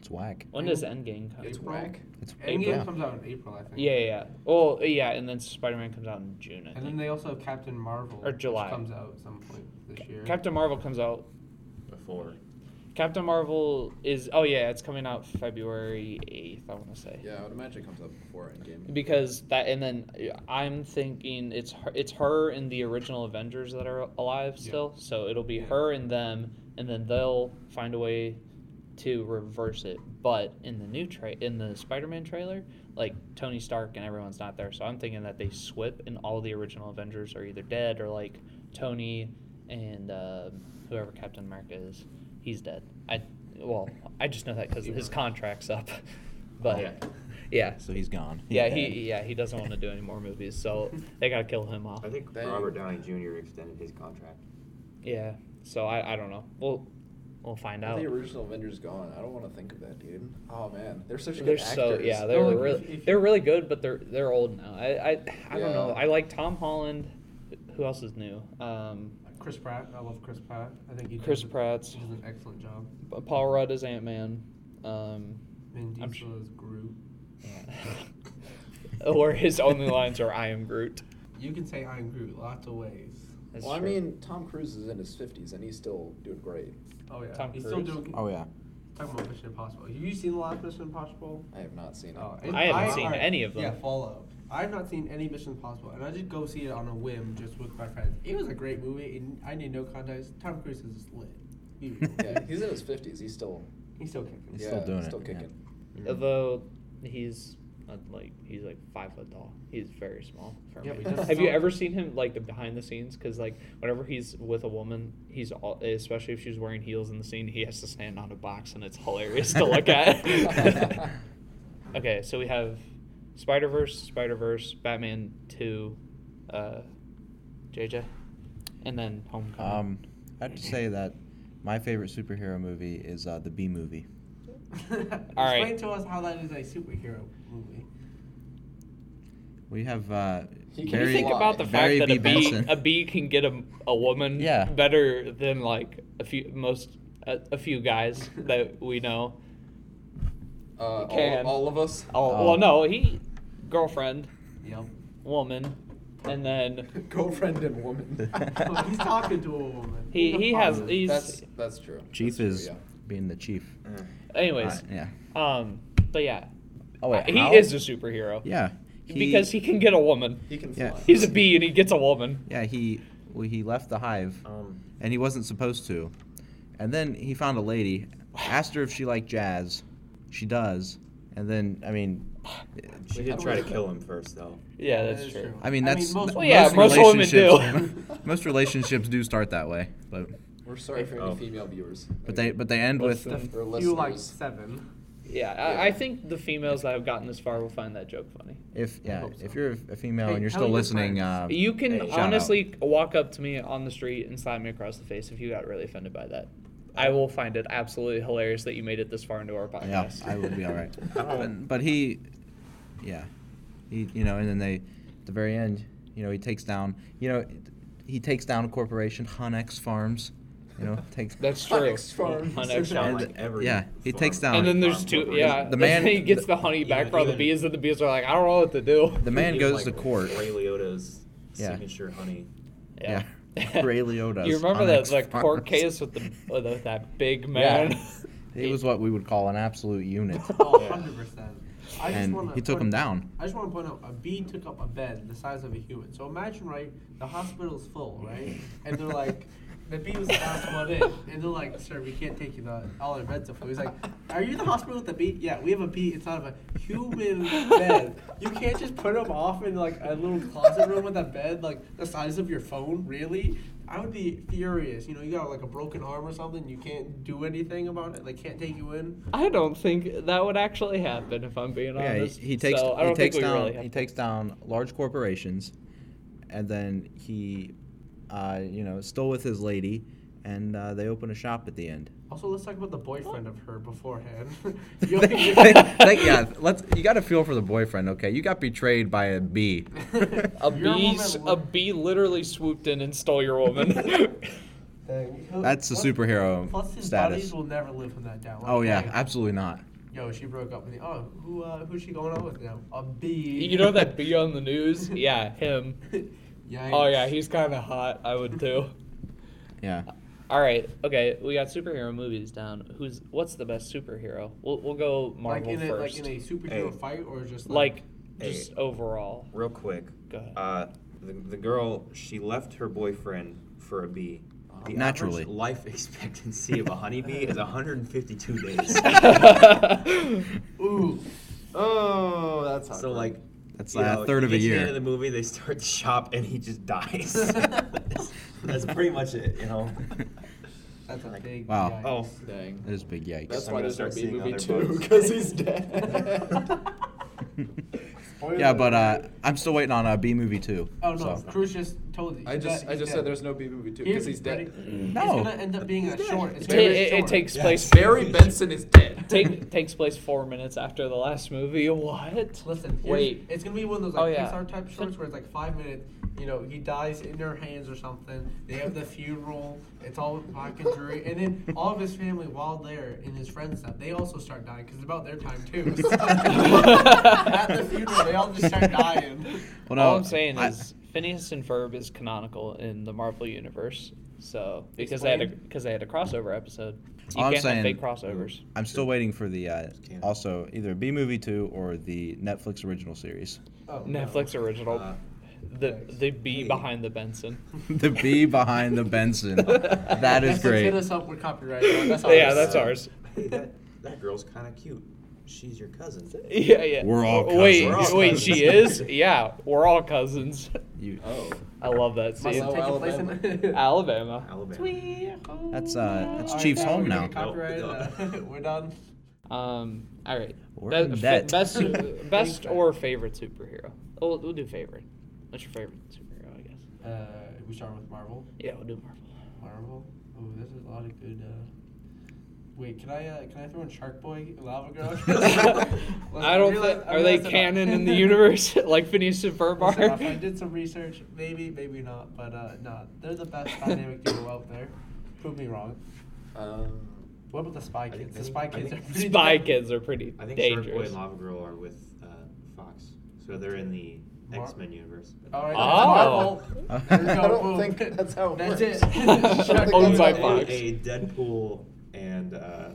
D: It's whack.
C: When does Endgame come?
E: It's
B: April?
E: whack.
D: It's
B: Endgame
D: yeah.
B: comes out in April, I think.
C: Yeah, yeah, yeah. Well, yeah, and then Spider Man comes out in June. I
B: And then
C: think.
B: they also have Captain Marvel,
C: Or July.
B: which comes out at some point this year.
C: Captain Marvel comes out.
A: Before.
C: Captain Marvel is oh yeah, it's coming out February eighth. I want to say.
E: Yeah, I would imagine it comes up before Endgame.
C: because that and then uh, i'm thinking it's her, it's her and the original avengers that are alive still so it'll be
B: Yeah.
C: her and them and then they'll find a way to reverse it but in the new tra- in the spider-man trailer like tony stark and everyone's not there so i'm thinking that they swip and all the original avengers are either dead or like tony and um whoever captain america is he's dead i well i just know that because his contract's up but
A: Yeah.
C: yeah
D: So he's gone. He's
C: yeah,
D: dead.
C: he yeah he doesn't want to do any more movies, so they gotta kill him off.
A: I think
E: Dang.
A: Robert Downey Jr. extended his contract.
C: Yeah, so I, I don't know. We'll we'll find
E: Now
C: out.
E: the original Avengers gone. I don't want to think of that, dude. Oh man, they're such
C: They're
E: good
C: so
E: actors.
C: yeah they
B: They're
C: were
B: like-
C: really
B: if- if-
C: they're really good, but they're they're old now. I I, I don't know.
E: Yeah.
C: I like Tom Holland. Who else is new? Um,
B: Chris Pratt. I love Chris Pratt. I think he
C: Chris
B: does, a-
C: Pratt's-
B: He does an excellent job.
C: Paul Rudd is Ant Man. Um,
B: Vin
C: I'm
B: Diesel
C: su-
B: is Groot.
C: or his only lines are "I am Groot."
B: You can say I'm Groot lots of ways.
C: That's
E: well, I
C: true.
E: mean, Tom Cruise is in his fifties and he's still doing great.
B: Oh yeah,
C: Tom
B: he's
C: Cruise.
B: still doing.
D: Oh yeah.
B: Talking about Mission Impossible. Have you seen the last Mission Impossible?
E: I have not seen it.
B: Oh,
C: I haven't seen
B: alright,
C: any of them.
B: Yeah, follow. I've not seen any Mission Impossible, and I did go see it on a whim just with my friends. It was a great movie, and I need no context. Tom Cruise is just lit. He,
E: yeah, he's in his fifties. He's still
B: he's still kicking.
D: He's
E: yeah,
D: still doing
E: still
D: it, yeah.
E: kicking.
C: although he's uh, like he's like five foot tall. He's very small. For
B: Yeah,
C: me.
B: but he does
C: Have you
B: so-
C: ever seen him like the behind the scenes? Because like whenever he's with a woman, he's all especially if she's wearing heels in the scene, he has to stand on a box, and it's hilarious to look at. okay, so we have Spider Verse, Spider Verse, Batman Two, uh, JJ, and then Homecoming.
D: Um, I have to say that my favorite superhero movie is uh, the B movie.
B: Explain
C: right.
B: to us how that is a superhero movie.
D: We have uh,
E: He
C: Can
E: Barry-
C: you think about the
D: Barry
C: fact that
D: B.
C: a bee,
D: Benson.
C: a bee can get a, a woman
D: Yeah.
C: better than like a few most a, a few guys that we know.
E: Uh, all,
C: Can.
E: all of us.
C: Oh,
D: Oh.
C: well, no, he girlfriend,
F: Yep.
C: woman, and then
E: Girlfriend and woman.
B: he's talking to a woman.
C: he he has he's
E: that's that's true.
D: Chief
E: That's
D: is
E: True,
D: being the chief.
C: anyways.
D: Uh, yeah.
C: Um, but yeah,
D: Oh wait,
C: Oh, he
D: how?
C: is a superhero.
D: Yeah.
C: because he can get a woman.
E: yeah. He can fly.
D: Yeah.
C: He's a bee and he gets a woman.
D: Yeah, he well, he left the hive,
C: Oh.
A: Um,
D: and he wasn't supposed to. And then he found a lady, asked her if she liked jazz. She does. And then I mean,
A: she did try to kill him first, though.
C: Yeah,
B: That
C: that's
B: is
C: true.
B: true.
D: I mean
B: I
D: that's
B: mean, most-
D: th-
C: Well, yeah, most women do.
D: relationships- most relationships do start that way, but
E: We're sorry for any
A: Oh.
E: female viewers.
D: but they but they end with
E: Listen. Or
B: You like
E: listeners.
B: seven.
C: Yeah,
E: Yeah.
C: I, I think the females that have gotten this far will find that joke funny.
D: if yeah
B: hope so.
D: if you're a female
B: Hey,
D: and you're
B: tell
D: still
B: your
D: listening. Uh,
B: friends.
C: You can
A: Hey, shout
C: honestly walk up to me on the street and slap me across the face if you got really offended by that. I will find it absolutely hilarious that you made it this far into our
D: Yeah,
C: podcast.
D: I would be all right.
A: I don't-
D: But, but he, yeah, he you know, and then they, at the very end, you know, he takes down, you know, he takes down a corporation, Hunex Farms, you know, takes.
C: That's true.
E: Hunex Farms.
C: Hunex
A: Sound
C: Farms.
A: like every
D: yeah, he
A: farm-
D: takes down-
C: And then there's
A: farm
C: two.
A: corporation.
C: Yeah,
D: The
C: the
D: man-
C: man he gets the honey back
A: Even-
C: from the
A: even-
C: bees, and the bees are like, I don't know what to do.
D: The man
A: Even,
D: goes
A: like,
D: to court.
A: Ray Liotta's
D: Yeah.
A: signature honey.
D: Yeah. Ray Liotta's
C: You remember that
D: Hunex
C: like court
D: Farms.
C: case with the with that big man?
D: He was what we would call an absolute unit,
B: Oh,
A: Yeah.
B: 100%. I just
D: and
B: wanna
D: he took
B: point-
D: him down.
B: I just want to point out a bee took up a bed the size of a human. So imagine, right? The hospital's full, right? And they're like, the bee was the last one in. And they're like, sir, we can't take you. The, all our beds are full. He's like, are you the hospital with the bee? Yeah, we have a bee. It's out of a human bed. You can't just put him off in like a little closet room with a bed like the size of your phone, really? I would be furious. You know, you got like a broken arm or something. You can't do anything about it. They can't take you in.
C: I don't think that would actually happen if I'm being
D: Yeah, he,
C: honest.
D: he takes
C: So I don't
D: he takes
C: think we
D: down
C: really have
D: he
C: to-
D: takes down large corporations, and then he, uh, you know, is still with his lady, and uh, they open a shop at the end.
B: Also, let's talk about the boyfriend of her beforehand. Yo-
D: Thank- thank- yeah, let's. You got to feel for the boyfriend, okay? You got betrayed by a bee.
C: A
B: You're
C: bee,
B: woman
C: s-
B: with-
C: a bee literally swooped in and stole your woman.
B: Dang. He'll-
D: That's a
B: plus-
D: superhero
B: Plus, his
D: status.
B: buddies will never live him that down.
D: Oh yeah,
B: Like,
D: absolutely not.
B: Yo, she broke up with me. Oh, who, uh, who's she going on with now? A bee.
C: you know that bee on the news? Yeah, him.
B: Yikes.
C: Oh yeah, he's kind of hot. I would too.
D: Yeah.
C: All right, okay, we got superhero movies down. Who's what's the best superhero? We'll we'll go
B: Like
C: Marvel
B: in, a, like
C: first.
B: in a superhero
A: Hey.
B: fight or just
C: like
B: like.
C: just overall.
A: Real quick,
C: Go ahead.
A: uh, the, the girl she left her boyfriend for a bee. The average
D: Naturally.
A: life expectancy of a honeybee is 152 days.
B: Ooh.
E: Oh, that's
A: so like,
D: That's
A: you
D: like a
A: know,
D: third of a
A: you get to
D: year.
A: The end of the movie, they start the shop, and he just dies. That's pretty much it, you know.
B: That's a big.
D: Wow.
B: yikes.
A: Oh,
E: dang.
D: There's big
E: That's
A: I'm
D: yikes.
A: gonna
E: why there's no
A: start
E: B
A: seeing
E: movie
A: other
E: two,
A: bugs.
E: because he's dead.
D: Yeah, but uh, I'm still waiting on a B movie too.
B: Oh no,
D: so.
B: Cruz just told you.
E: I
B: He's
E: just
B: dead.
E: I
B: He's
E: just
B: dead.
E: said there's no B movie two because he's dead.
D: No.
B: It's gonna end up being a short. It's
C: It,
B: gonna be a
C: it- it
B: short.
C: takes
A: Yeah.
C: place
E: Barry Benson is dead.
C: take, takes place four minutes after the last movie. What?
B: Listen, here's-
C: wait.
B: It's gonna be one of those
C: Oh,
B: like
C: yeah.
B: Pixar type shorts where it's like five minutes. You know, he dies in their hands or something. They have the funeral. It's all black and dreary, and then all of his family while there and his friends stuff. They also start dying because it's about their time too. At the funeral, they all just start dying.
D: Well, no,
C: All I'm saying
D: uh, I-
C: is Phineas and Ferb is canonical in the Marvel universe. So because they had a because they had a crossover episode, you
D: All I'm
C: can't
D: saying-
C: have fake crossovers.
D: I'm still waiting for the uh,
A: Can't.
D: also either B movie two or the Netflix original series.
B: Oh,
C: Netflix original.
A: Uh,
C: the the bee
A: hey.
C: behind the Benson.
D: the B behind the Benson. That is
B: Netflix
D: great.
B: Hit us up. We're copyrighted. That's
C: yeah,
B: ours.
C: that's ours.
A: hey, that, that girl's kind of cute. She's your cousin.
C: Yeah, yeah.
D: We're all
C: Wait,
D: cousins.
A: We're all
C: wait,
A: cousins.
C: she is? Yeah, we're all cousins.
D: You,
E: Oh,
C: I love that
B: Must
C: scene.
E: Hello,
B: have taken place in
C: Alabama.
A: Alabama.
D: That's, uh, that's
B: All right,
D: Chief's
B: now
D: home
B: we're
D: now.
B: gonna get copyrighted. Uh, we're done.
C: Um, all right.
D: We're
C: Be-
D: in
C: f-
D: debt.
C: Best, best or favorite superhero? Oh, we'll, we'll do favorite. What's your favorite superhero? I guess.
B: Uh, we start with Marvel.
C: Yeah, we'll do Marvel.
B: Marvel. Oh, there's a lot of good. Uh... Wait, can I uh, can I throw in Shark Boy, Lava Girl?
C: I don't.
B: realize-
C: thi- are they
B: realize that I-
C: canon in the universe like Phineas and Ferb
B: Listen, if I
C: are?
B: did some research, maybe, maybe not, but uh, no, they're the best dynamic duo out there. Prove me wrong.
E: um,
B: What about the Spy
A: I think
B: Kids?
A: that's-
B: The Spy
A: I
B: Kids are
A: think-
B: pretty
C: Spy
B: dumb.
C: Kids are pretty
A: I think Sharkboy
C: dangerous.
A: and Lava Girl are with uh, Fox, so they're in the
B: Mar-
A: X Men universe.
B: All right.
C: Oh.
B: that's my fault. Here we go,
E: I don't
B: boom.
E: think that's how it
B: That's
E: works.
B: it.
E: I don't think
B: Owned
E: that's
C: by
E: how it
C: Fox.
E: works.
A: A Deadpool and uh,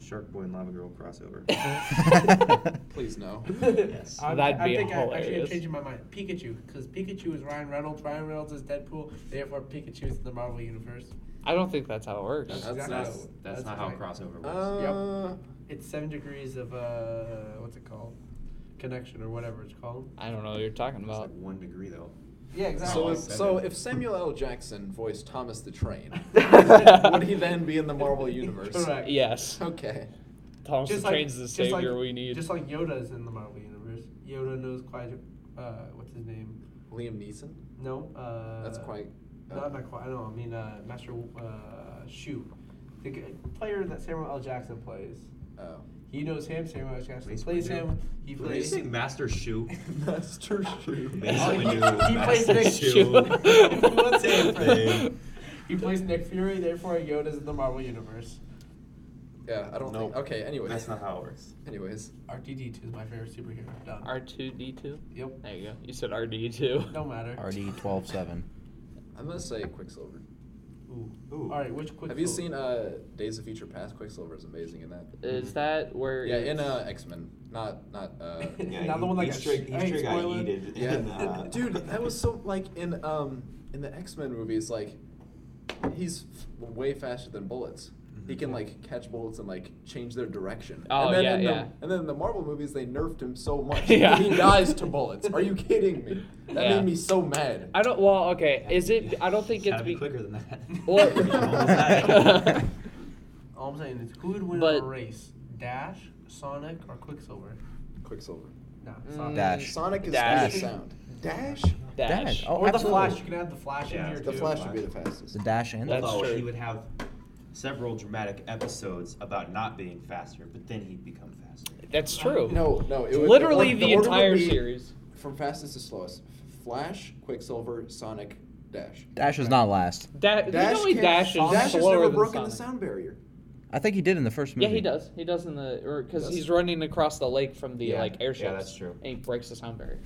A: Sharkboy and Lava Girl crossover.
E: Please no.
A: Yes.
B: I'm-
C: That'd be
B: I think I, actually, I'm
C: hilarious.
B: changing my mind. Pikachu, because Pikachu is Ryan Reynolds. Ryan Reynolds is Deadpool. Therefore, Pikachu is in the Marvel universe.
C: I don't think that's how it works.
E: That's-
A: That's,
E: that's-
A: that's, that's,
B: that's
A: not how
B: right.
A: crossover works.
C: Um,
E: Uh,
B: It's seven degrees of uh, what's it called? Connection or whatever it's called.
C: I don't know what you're talking
A: it's like
C: about.
A: one degree though.
B: Yeah,
E: So,
B: exactly.
E: if,
A: Seven.
E: so if Samuel L. Jackson voiced Thomas the Train, would he then be in the Marvel universe?
B: Correct.
C: Yes.
E: Okay.
C: Thomas the Train's the
B: just
C: savior
B: like-
C: we need.
B: Just like Yoda's in the Marvel universe. Yoda knows Qui. Uh, what's his name?
E: Liam Neeson.
B: No. Uh,
E: That's quite.
B: Not not quite. I know. I mean, uh, Master uh, Shu, the g- player that Samuel L. Jackson plays.
E: Oh.
B: He knows him. Samuel L. Jackson
A: Mace
B: plays
A: Windu.
B: him. He
A: Did you
B: plays.
A: say Master Shoe?
E: Master Shu.
A: Mace
B: Oh, he-
A: Windu,
B: he plays
A: Master
B: Nick
A: Shoe.
B: Fury.
A: Same thing.
B: He plays Nick Fury. Therefore, Yoda's in the Marvel universe.
E: Yeah, I don't
A: Nope.
E: think. Okay, anyways.
A: That's not how it works.
E: Anyways.
B: R2D2 is my favorite superhero. Done.
C: R2D2?
B: yep.
C: There you go. You said RD2.
B: No matter.
D: RD twelve seven.
E: I'm gonna say Quicksilver.
B: Ooh.
A: Ooh.
B: All right. Which quick?
E: Have you seen uh, Days of Future Past? Quicksilver is amazing in that.
C: Is that where.
E: Yeah,
C: it's-
E: in uh, X Men, not not. Uh,
A: Yeah,
B: Another
A: he-
B: one like
A: he's
B: a-
A: straight- he's
B: hey,
A: straight got
B: spoiler.
A: yeeted
E: yeah,
A: in, uh,
E: dude, that was so like in um in the X Men movies, like he's f- way faster than bullets. He can like catch bullets and like change their direction.
C: Mm-hmm. Oh,
E: and then
C: yeah,
E: in
C: yeah.
E: The, and then in the Marvel movies, they nerfed him so much
C: Yeah.
E: that he dies to bullets. Are you kidding me? That
C: Yeah.
E: made me so mad.
C: I don't. Well, okay. Is it. I don't think it's.
A: Gotta be
C: be-
A: quicker than that.
C: Well-
A: Almost died.
B: All I'm saying is, who would win
C: But-
B: a race? Dash, Sonic, or Quicksilver?
E: Quicksilver.
B: Nah,
C: Mm,
B: Sonic.
D: Dash.
E: Sonic is
C: Dash.
E: speed of sound. Dash.
C: Dash.
D: Oh,
B: or
D: absolutely.
B: the Flash. You can add the Flash
A: Yeah,
B: in here
E: The
B: too.
E: Flash would be the fastest.
D: The dash in.
C: That's
A: Although
C: true.
A: he would have several dramatic episodes about not being faster, but then he'd become faster.
C: That's true.
E: No, no. It would,
C: Oh. Literally
E: or-
C: the,
E: order would
C: entire
E: be
C: series.
E: From fastest to slowest. Flash, Quicksilver, Sonic, Dash.
D: Dash is not last.
C: Da- Dash. You know he
E: can't-
C: dashes
E: Dash has
C: slower
E: never
C: than
E: broken
C: Sonic.
E: the sound barrier.
D: I think he did in the first movie.
C: Yeah, he does. He does in the or because
E: Does-
C: he's running across the lake from the
A: Yeah,
C: like
A: yeah,
C: airships.
A: that's true.
C: And he breaks the sound barrier.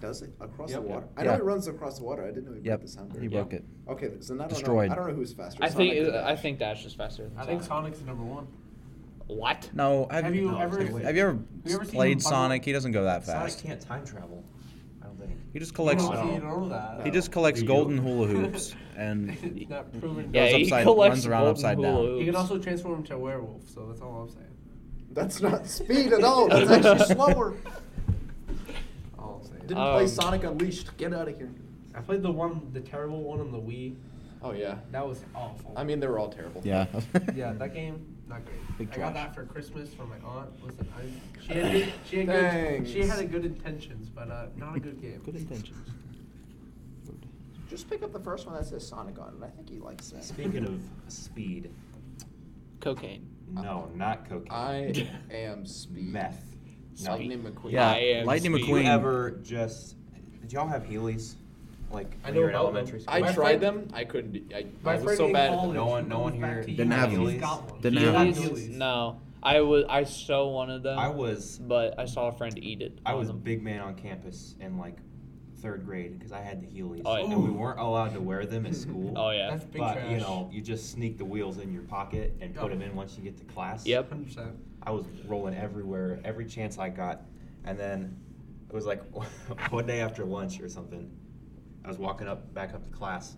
E: Does it? Across
A: Yep.
E: the water? I
D: Yeah.
E: know he runs across the water. I didn't know he
D: Yep.
E: broke the sound
D: He
E: barrier.
D: broke
C: Yeah.
D: it.
E: Okay, so then I don't
D: Destroyed.
E: know. I don't know who's faster.
C: I think uh,
E: Sonic or
C: I
E: Dash.
C: think Dash is faster. Than
B: I think
C: Sonic.
B: Sonic's number one.
C: What?
D: No. I've,
B: Have you
A: No,
B: ever?
A: it's like-
D: Have you ever,
B: you ever seen him
D: played
B: bundle-
D: Sonic? He doesn't go that
A: Sonic
D: fast.
A: can't time travel. I don't think.
D: He just
B: You
D: collects.
B: don't,
E: No.
B: you don't know that.
D: He just collects
A: Do you?
D: golden hula hoops and he
B: It's not proven.
C: Yeah,
D: goes
C: he
D: upside,
C: collects
D: runs around
C: golden
D: upside
C: hula
D: down.
C: hoops.
B: You can also transform into a werewolf, so that's all I'm saying.
E: That's not speed at all. That's actually slower.
B: All I'm saying.
E: Didn't play
C: Um,
E: Sonic Unleashed. Get out of here.
B: I played the one, the terrible one on the Wii.
E: Oh yeah.
B: That was awful.
E: I mean, they were all terrible.
D: Yeah.
B: yeah, that game not great.
D: Big
B: I got
D: trash.
B: that for Christmas from my aunt. Listen, I, she had good, she had good, she
E: Thanks.
B: had a good intentions, but uh, not a good game.
D: Good intentions.
E: Just pick up the first one that says Sonic on it. I think he likes that.
A: Speaking of speed,
C: Cocaine.
A: no, not cocaine.
E: I am speed.
A: meth. No.
E: Lightning McQueen.
D: Yeah,
C: I am
D: Lightning
C: speed.
A: Did you
D: McQueen.
A: ever just? Did y'all have Heelys? Like
B: I
A: when
B: know
A: you were in
B: about them.
A: elementary school.
E: I
B: My
E: tried
B: friend-
E: them. I couldn't. I,
B: My
E: I
B: friend
E: was so
B: in
E: bad.
B: college
A: No one-
B: who
A: no one
B: goes back
A: here-
B: to
A: Didn't
B: you,
D: have
B: he's
A: Heelys.
B: got one.
D: Didn't
B: He
D: have
B: got
D: them.
C: Heelys?
B: Heelys.
C: No, I was. I so wanted them.
A: I was
C: but I saw a friend eat it.
A: I
C: on
A: was a
C: them.
A: big man on campus in like third grade because I had the Heelys,
C: Oh, yeah.
A: and we weren't allowed to wear them at school.
C: Oh yeah.
B: That's big
A: but
B: trash.
A: you know, you just sneak the wheels in your pocket and put
B: Oh.
A: them in once you get to class.
C: Yep.
B: 100%.
A: I was rolling everywhere, every chance I got, and then it was like one day after lunch or something. I was walking up back up to class,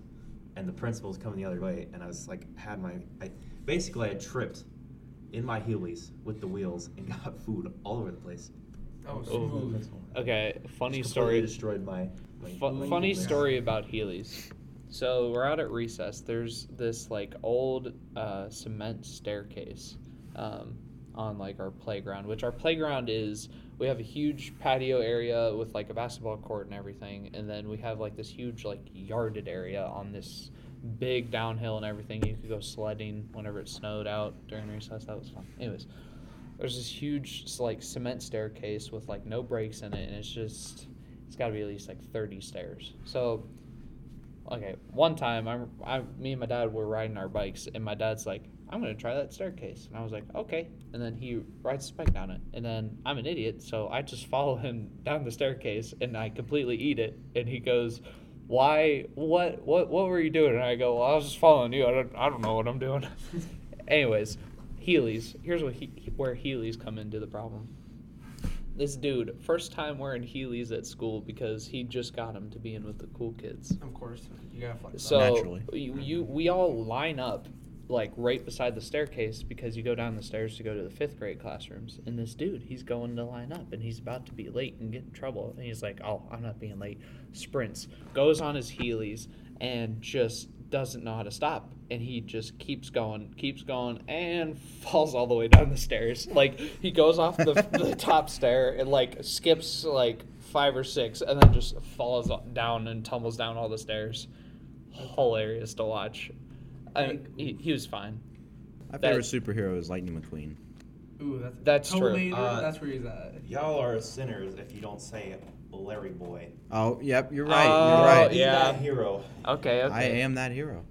A: and the principal's coming the other way, and I was like had my I basically I had tripped in my Heelys with the wheels and got food all over the place.
C: Oh.
B: Oh, smooth.
C: Okay. Funny
A: Just
C: story.
A: completely Destroyed my. my-
C: Fu-
A: my
C: funny
A: Heelys.
C: story about Heelys. So we're out at recess. There's this like old uh, cement staircase um, on like our playground, which our playground is. We have a huge patio area with like a basketball court and everything, and then we have like this huge like yarded area on this big downhill and everything. You could go sledding whenever it snowed out during recess. That was fun. Anyways, there's this huge s- like cement staircase with like no breaks in it, and it's just it's got to be at least like 30 stairs. So okay, one time I'm I me and my dad were riding our bikes and my dad's like, I'm gonna try that staircase and I was like, Okay and then he rides his bike down it and then I'm an idiot, so I just follow him down the staircase and I completely eat it and he goes why what what what were you doing and i go well i was just following you i don't, I don't know what i'm doing anyways heelys here's what he, where heelys come into the problem this dude first time wearing heelys at school because he just got him to be in with the cool kids
B: Of course, you gotta flex.
C: so
D: Naturally.
C: You, you we all line up like right beside the staircase because you go down the stairs to go to the fifth grade classrooms and this dude he's going to line up and he's about to be late and get in trouble and he's like oh i'm not being late sprints goes on his heelys and just doesn't know how to stop and he just keeps going keeps going and falls all the way down the stairs like he goes off the, the top stair and like skips like five or six and then just falls down and tumbles down all the stairs hilarious to watch. I,
B: Like-
C: he, he was fine.
D: My
C: That-
D: favorite superhero is Lightning McQueen.
B: Ooh, that's
C: That's
B: Toe
C: true.
B: Later,
F: Uh,
B: that's where he's at.
F: Y'all are sinners if you don't say Larry Boy.
D: Oh, yep, you're right.
C: Oh,
D: you're right.
F: He's
C: yeah.
F: that hero.
C: Okay, okay.
D: I am that hero.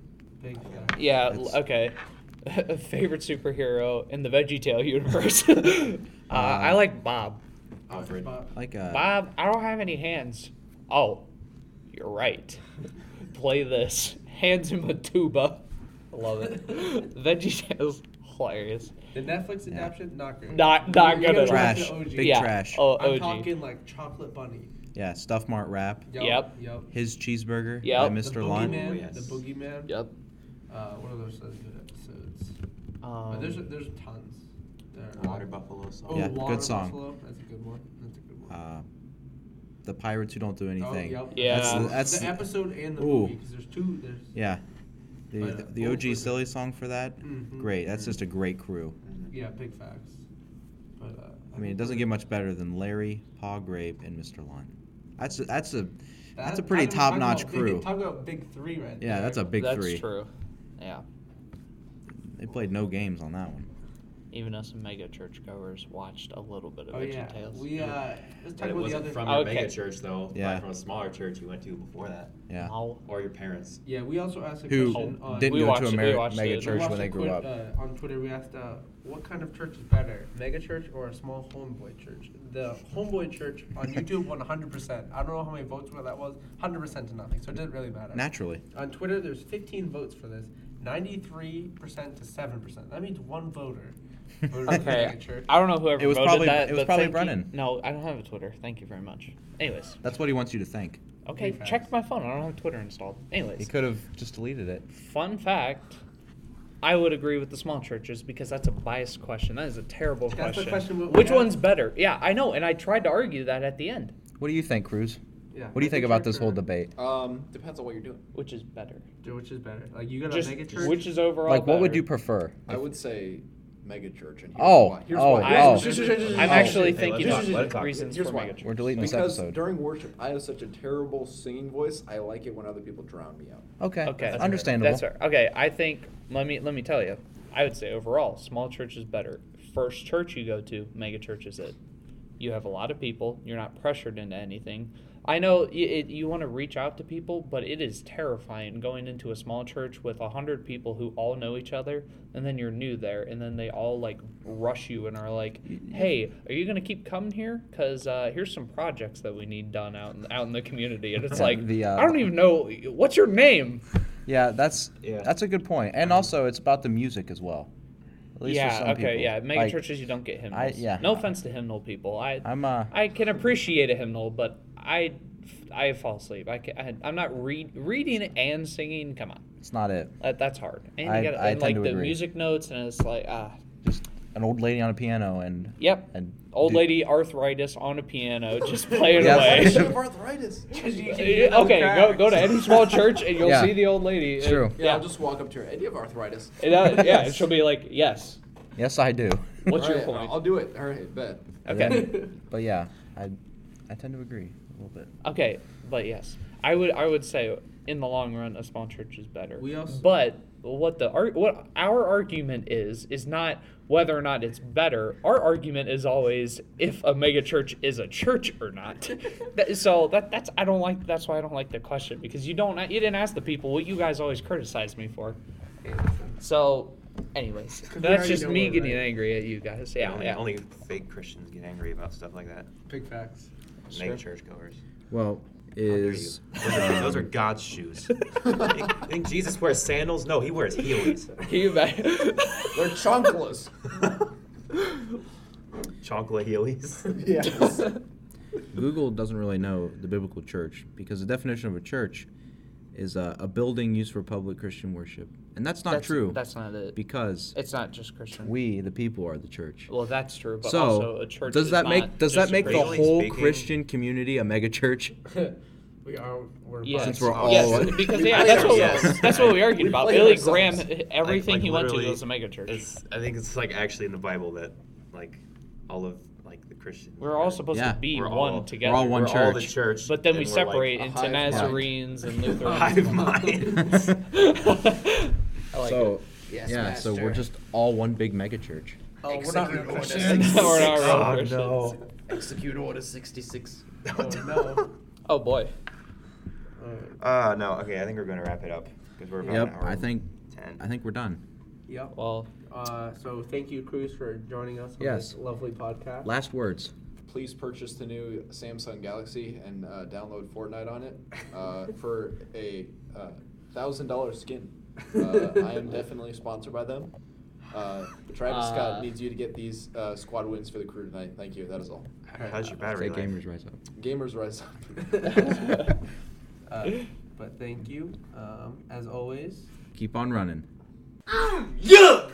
B: Big guy.
C: Yeah, l-
D: That's-
C: okay. Favorite superhero in the VeggieTale universe. uh, I like Bob.
F: Alfred.
B: But-
D: Like Um, uh,
C: Bob, I don't have any hands. Oh, you're right. Play this. Hands him a tuba. Love it. VeggieTale's hilarious.
B: The Netflix adaptation, not great.
C: Not- not
B: You gotta
C: good at all.
B: watch the
D: Trash.
B: OG.
D: Big
C: yeah.
D: trash.
C: Oh,
B: I'm
C: OG.
B: talking like Chocolate Bunny.
D: yeah, Stuff Mart Rap.
C: Yep.
B: Yep.
D: His cheeseburger
C: Yep.
D: by
C: The
D: Mr.
B: The
D: Lon.
B: Boogeyman,
F: Oh, yes.
B: The Boogeyman.
C: Yep.
B: Uh, what are those other good episodes?
C: Um,
B: But there's there's tons. There are-
F: Water Buffalo song.
B: Oh,
D: Yeah,
B: Water
D: good song.
B: Buffalo. That's a good one. That's a good one.
D: Uh, the Pirates Who Don't Do
B: oh,
D: Anything.
B: yep.
C: Yeah.
B: That's the,
D: That's the- that's the-
B: episode and the
D: Ooh.
B: movie because there's two. There's
D: Yeah. The,
B: But, uh,
D: the, the
B: both were-
D: OG Silly song for that.
B: Mhm.
D: Great. That's just a great crew.
F: Mm-hmm.
B: yeah, big facts. But uh,
D: I mean, it doesn't get much better than Larry, Pa Grabe, and Mr. Lon. That's a, that's a that's a
B: That-
D: pretty
B: talk about
D: top notch
B: big-
D: crew.
B: Talk about big three right there.
D: Yeah, that's a big
C: that's
D: three.
C: true. Yeah.
D: They played no games on that one.
C: Even us mega churchgoers watched a little bit of
B: Oh yeah,
C: VeggieTales.
B: we uh,
F: But it
B: let's talk about the
F: wasn't
B: other.
F: from your
C: Okay.
F: mega church though. Yeah.
D: Yeah.
F: Probably from a smaller church you went to before that,
D: Yeah.
C: I'll-
F: or your parents.
B: yeah, we also asked a
D: Who
B: question on.
D: didn't
C: Uh, We
D: go
C: watched
D: to
C: it-
D: a
C: we
D: mer-
C: watched
D: mega
C: it.
B: we
D: church
B: watched
D: when
B: a
D: they grew
B: quick,
D: up?
B: Uh, on Twitter, we asked, uh, "What kind of church is better, mega church or a small homeboy church?" The homeboy church on YouTube won 100. percent I don't know how many votes were that was. 100 percent to nothing, so it didn't really matter.
D: Naturally.
B: on Twitter, there's 15 votes for this. 93 percent to 7 percent. That means one voter voted for
C: Okay,
B: mega church.
C: I don't know whoever
D: It was
C: voted
D: probably-
C: that.
D: it was
C: but
D: probably
C: thank you-
D: Brennan.
C: No, I don't have a Twitter. Thank you very much. Anyways,
D: That's what he wants you to think.
C: okay,
B: Big
C: check
B: facts.
C: my phone. I don't have Twitter installed.
D: He
C: Anyways,
D: could have just deleted it.
C: fun fact. I would agree with the small churches because that's a biased question. That is a terrible
B: That's the
C: question.
B: question we- we
C: Which
B: had.
C: one's better? Yeah, I know, and I tried to argue that at the end.
D: What do you think, Cruz?
B: Yeah,
D: What do
B: mega
D: you think about
B: church
D: this whole
B: or-
D: debate?
E: Um, depends on what you're doing.
C: Which is better?
B: Which is better? Like you got
C: Just
B: a mega church.
C: which is overall?
D: Like, what would
C: better?
D: you prefer?
E: I would say mega church, and here's
D: Oh,
E: why. Here's
D: oh,
E: why.
C: I'm, I'm
D: oh. Oh.
C: actually
F: Hey,
C: thinking
F: let's
C: of
F: talk- let's talk.
C: reasons
E: Here's
C: for
E: why.
C: mega church.
D: We're deleting this
E: Because
D: episode.
E: during worship, I have such a terrible singing voice. I like it when other people drown me out.
D: Okay.
C: Okay,
D: Understandable.
C: That's fair. Okay, I think let me let me tell you. I would say overall, small church is better. First church you go to, mega church is it. You have a lot of people. You're not pressured into anything. I know y- it, you want to reach out to people, but it is terrifying going into a small church with a hundred people who all know each other, and then you're new there, and then they all like rush you and are like, "Hey, are you gonna keep coming here? Cause uh, here's some projects that we need done out in, out in the community." And it's
D: Yeah,
C: like,
D: the, uh,
C: I don't even know what's your name.
D: Yeah, that's
F: Yeah.
D: that's a good point. And also, it's about the music as well. At least
C: yeah.
D: for some
C: okay.
D: people.
C: Yeah. Mega
D: Like,
C: churches, you don't get hymnals.
D: I- yeah.
C: No offense to hymnal people. I
D: I'm uh,
C: I can appreciate a hymnal, but I I fall asleep. I can, I, I'm not read, reading and singing. Come on,
D: it's not it.
C: that, that's hard. And
D: I-
C: you gotta,
D: I
C: and
D: tend
C: like
D: to
C: the
D: agree.
C: music notes, and it's like ah,
D: Just an old lady on a piano and
C: yep.
D: and
C: Old
D: do-
C: lady arthritis on a piano, just play it
D: Yeah.
E: I should
C: away.
E: have arthritis.
B: You can hear those
C: okay, go, go to
B: cracks.
C: any small church and you'll
D: Yeah.
C: see the old lady.
D: True.
C: And-
E: Yeah, I'll just walk up to her. Hey, do you have arthritis?
C: And, uh, yeah, and she'll be like, yes.
D: Yes, I do.
C: What's your
E: Alright,
C: point?
E: I'll do it. All right, bet.
C: okay.
D: but yeah, I I tend to agree a little bit.
C: Okay, but yes, I would I would say in the long run, a small church is better.
B: We also-
C: but what the ar- what our argument is is not whether or not it's better. Our argument is always if a mega church is a church or not. That- so that that's I don't like. That's why I don't like the question because you don't you didn't ask the people what you guys always criticize me for. So, anyways,
B: we
C: that's
B: already
C: just
B: know
C: me
B: we're
C: getting
B: right.
C: angry at you guys.
A: Yeah,
C: Yeah,
A: only,
C: yeah.
A: only fake Christians get angry about stuff like that.
B: Big facts.
A: Sure. churchgoers.
D: Well,
A: How dare
D: is
A: you. Those are- those are
D: um,
A: God's shoes. think, think Jesus wears sandals? No, he wears heelys.
C: Can you imagine?
E: They're chonkalas.
A: Chonkla heelys.
E: yes.
D: Google doesn't really know the biblical church because the definition of a church is a, a building used for public Christian worship, and that's not
C: That's-
D: true.
C: That's not it.
D: because
C: It's not just Christian.
D: we, the people, are the church.
C: well, that's true, but
D: so
C: also a church.
D: does
C: is
D: that
C: not
D: make does
C: just
D: that make the
A: Christian.
D: whole
A: Speaking-
D: Christian community a mega church?
B: we are. We're Oh,
C: Yes.
D: Since we're all-
C: yes, because
E: We
C: yeah,
E: played
C: that's what
E: ourselves.
C: that's what we argued
E: We
C: about.
E: played
C: Billy Graham,
E: ourselves.
C: everything
A: Like-
C: he
A: like
C: went to
A: literally,
C: was a megachurch.
A: It's, I think it's like actually in the Bible that like all of like the Christians.
C: We're all supposed
D: Yeah.
C: to be
A: We're
C: one
A: all-
C: together.
D: we're all one
A: we're all the
D: church.
A: church,
C: But then we
A: and we're, like,
C: separate
E: a
C: into
E: hive mind.
C: Nazarenes and
A: hive
C: Lutherans.
A: minds.
C: I like
D: so
C: it.
E: Yes,
D: yeah, so we're
E: master.
D: just all one big mega church.
B: Oh, we're not real Christians.
E: Christians.
C: We're not real
A: Oh,
C: Christians.
A: no.
E: Execute Order 66.
B: Oh, no.
C: Oh boy.
B: Alright.
A: Uh, no. Okay, I think we're gonna wrap it up because we're about an
D: Yep,
A: hour
D: I
A: and
D: think
A: ten.
D: I think we're done.
B: Yep.
C: Well,
B: Uh, so thank you, Cruz, for joining us on
D: Yes.
B: this lovely podcast.
D: Last words.
E: Please purchase the new Samsung Galaxy and uh, download Fortnite on it uh, for a uh, $1,000 skin. Uh, I am definitely sponsored by them. Uh, Travis
C: Uh,
E: Scott needs you to get these uh, squad wins for the crew tonight. Thank you. That is all.
A: How's your
D: Say
A: battery? life?
D: gamers rise up.
E: Gamers rise up.
B: uh, but thank you, um, as always.
D: Keep on running.
E: yeah!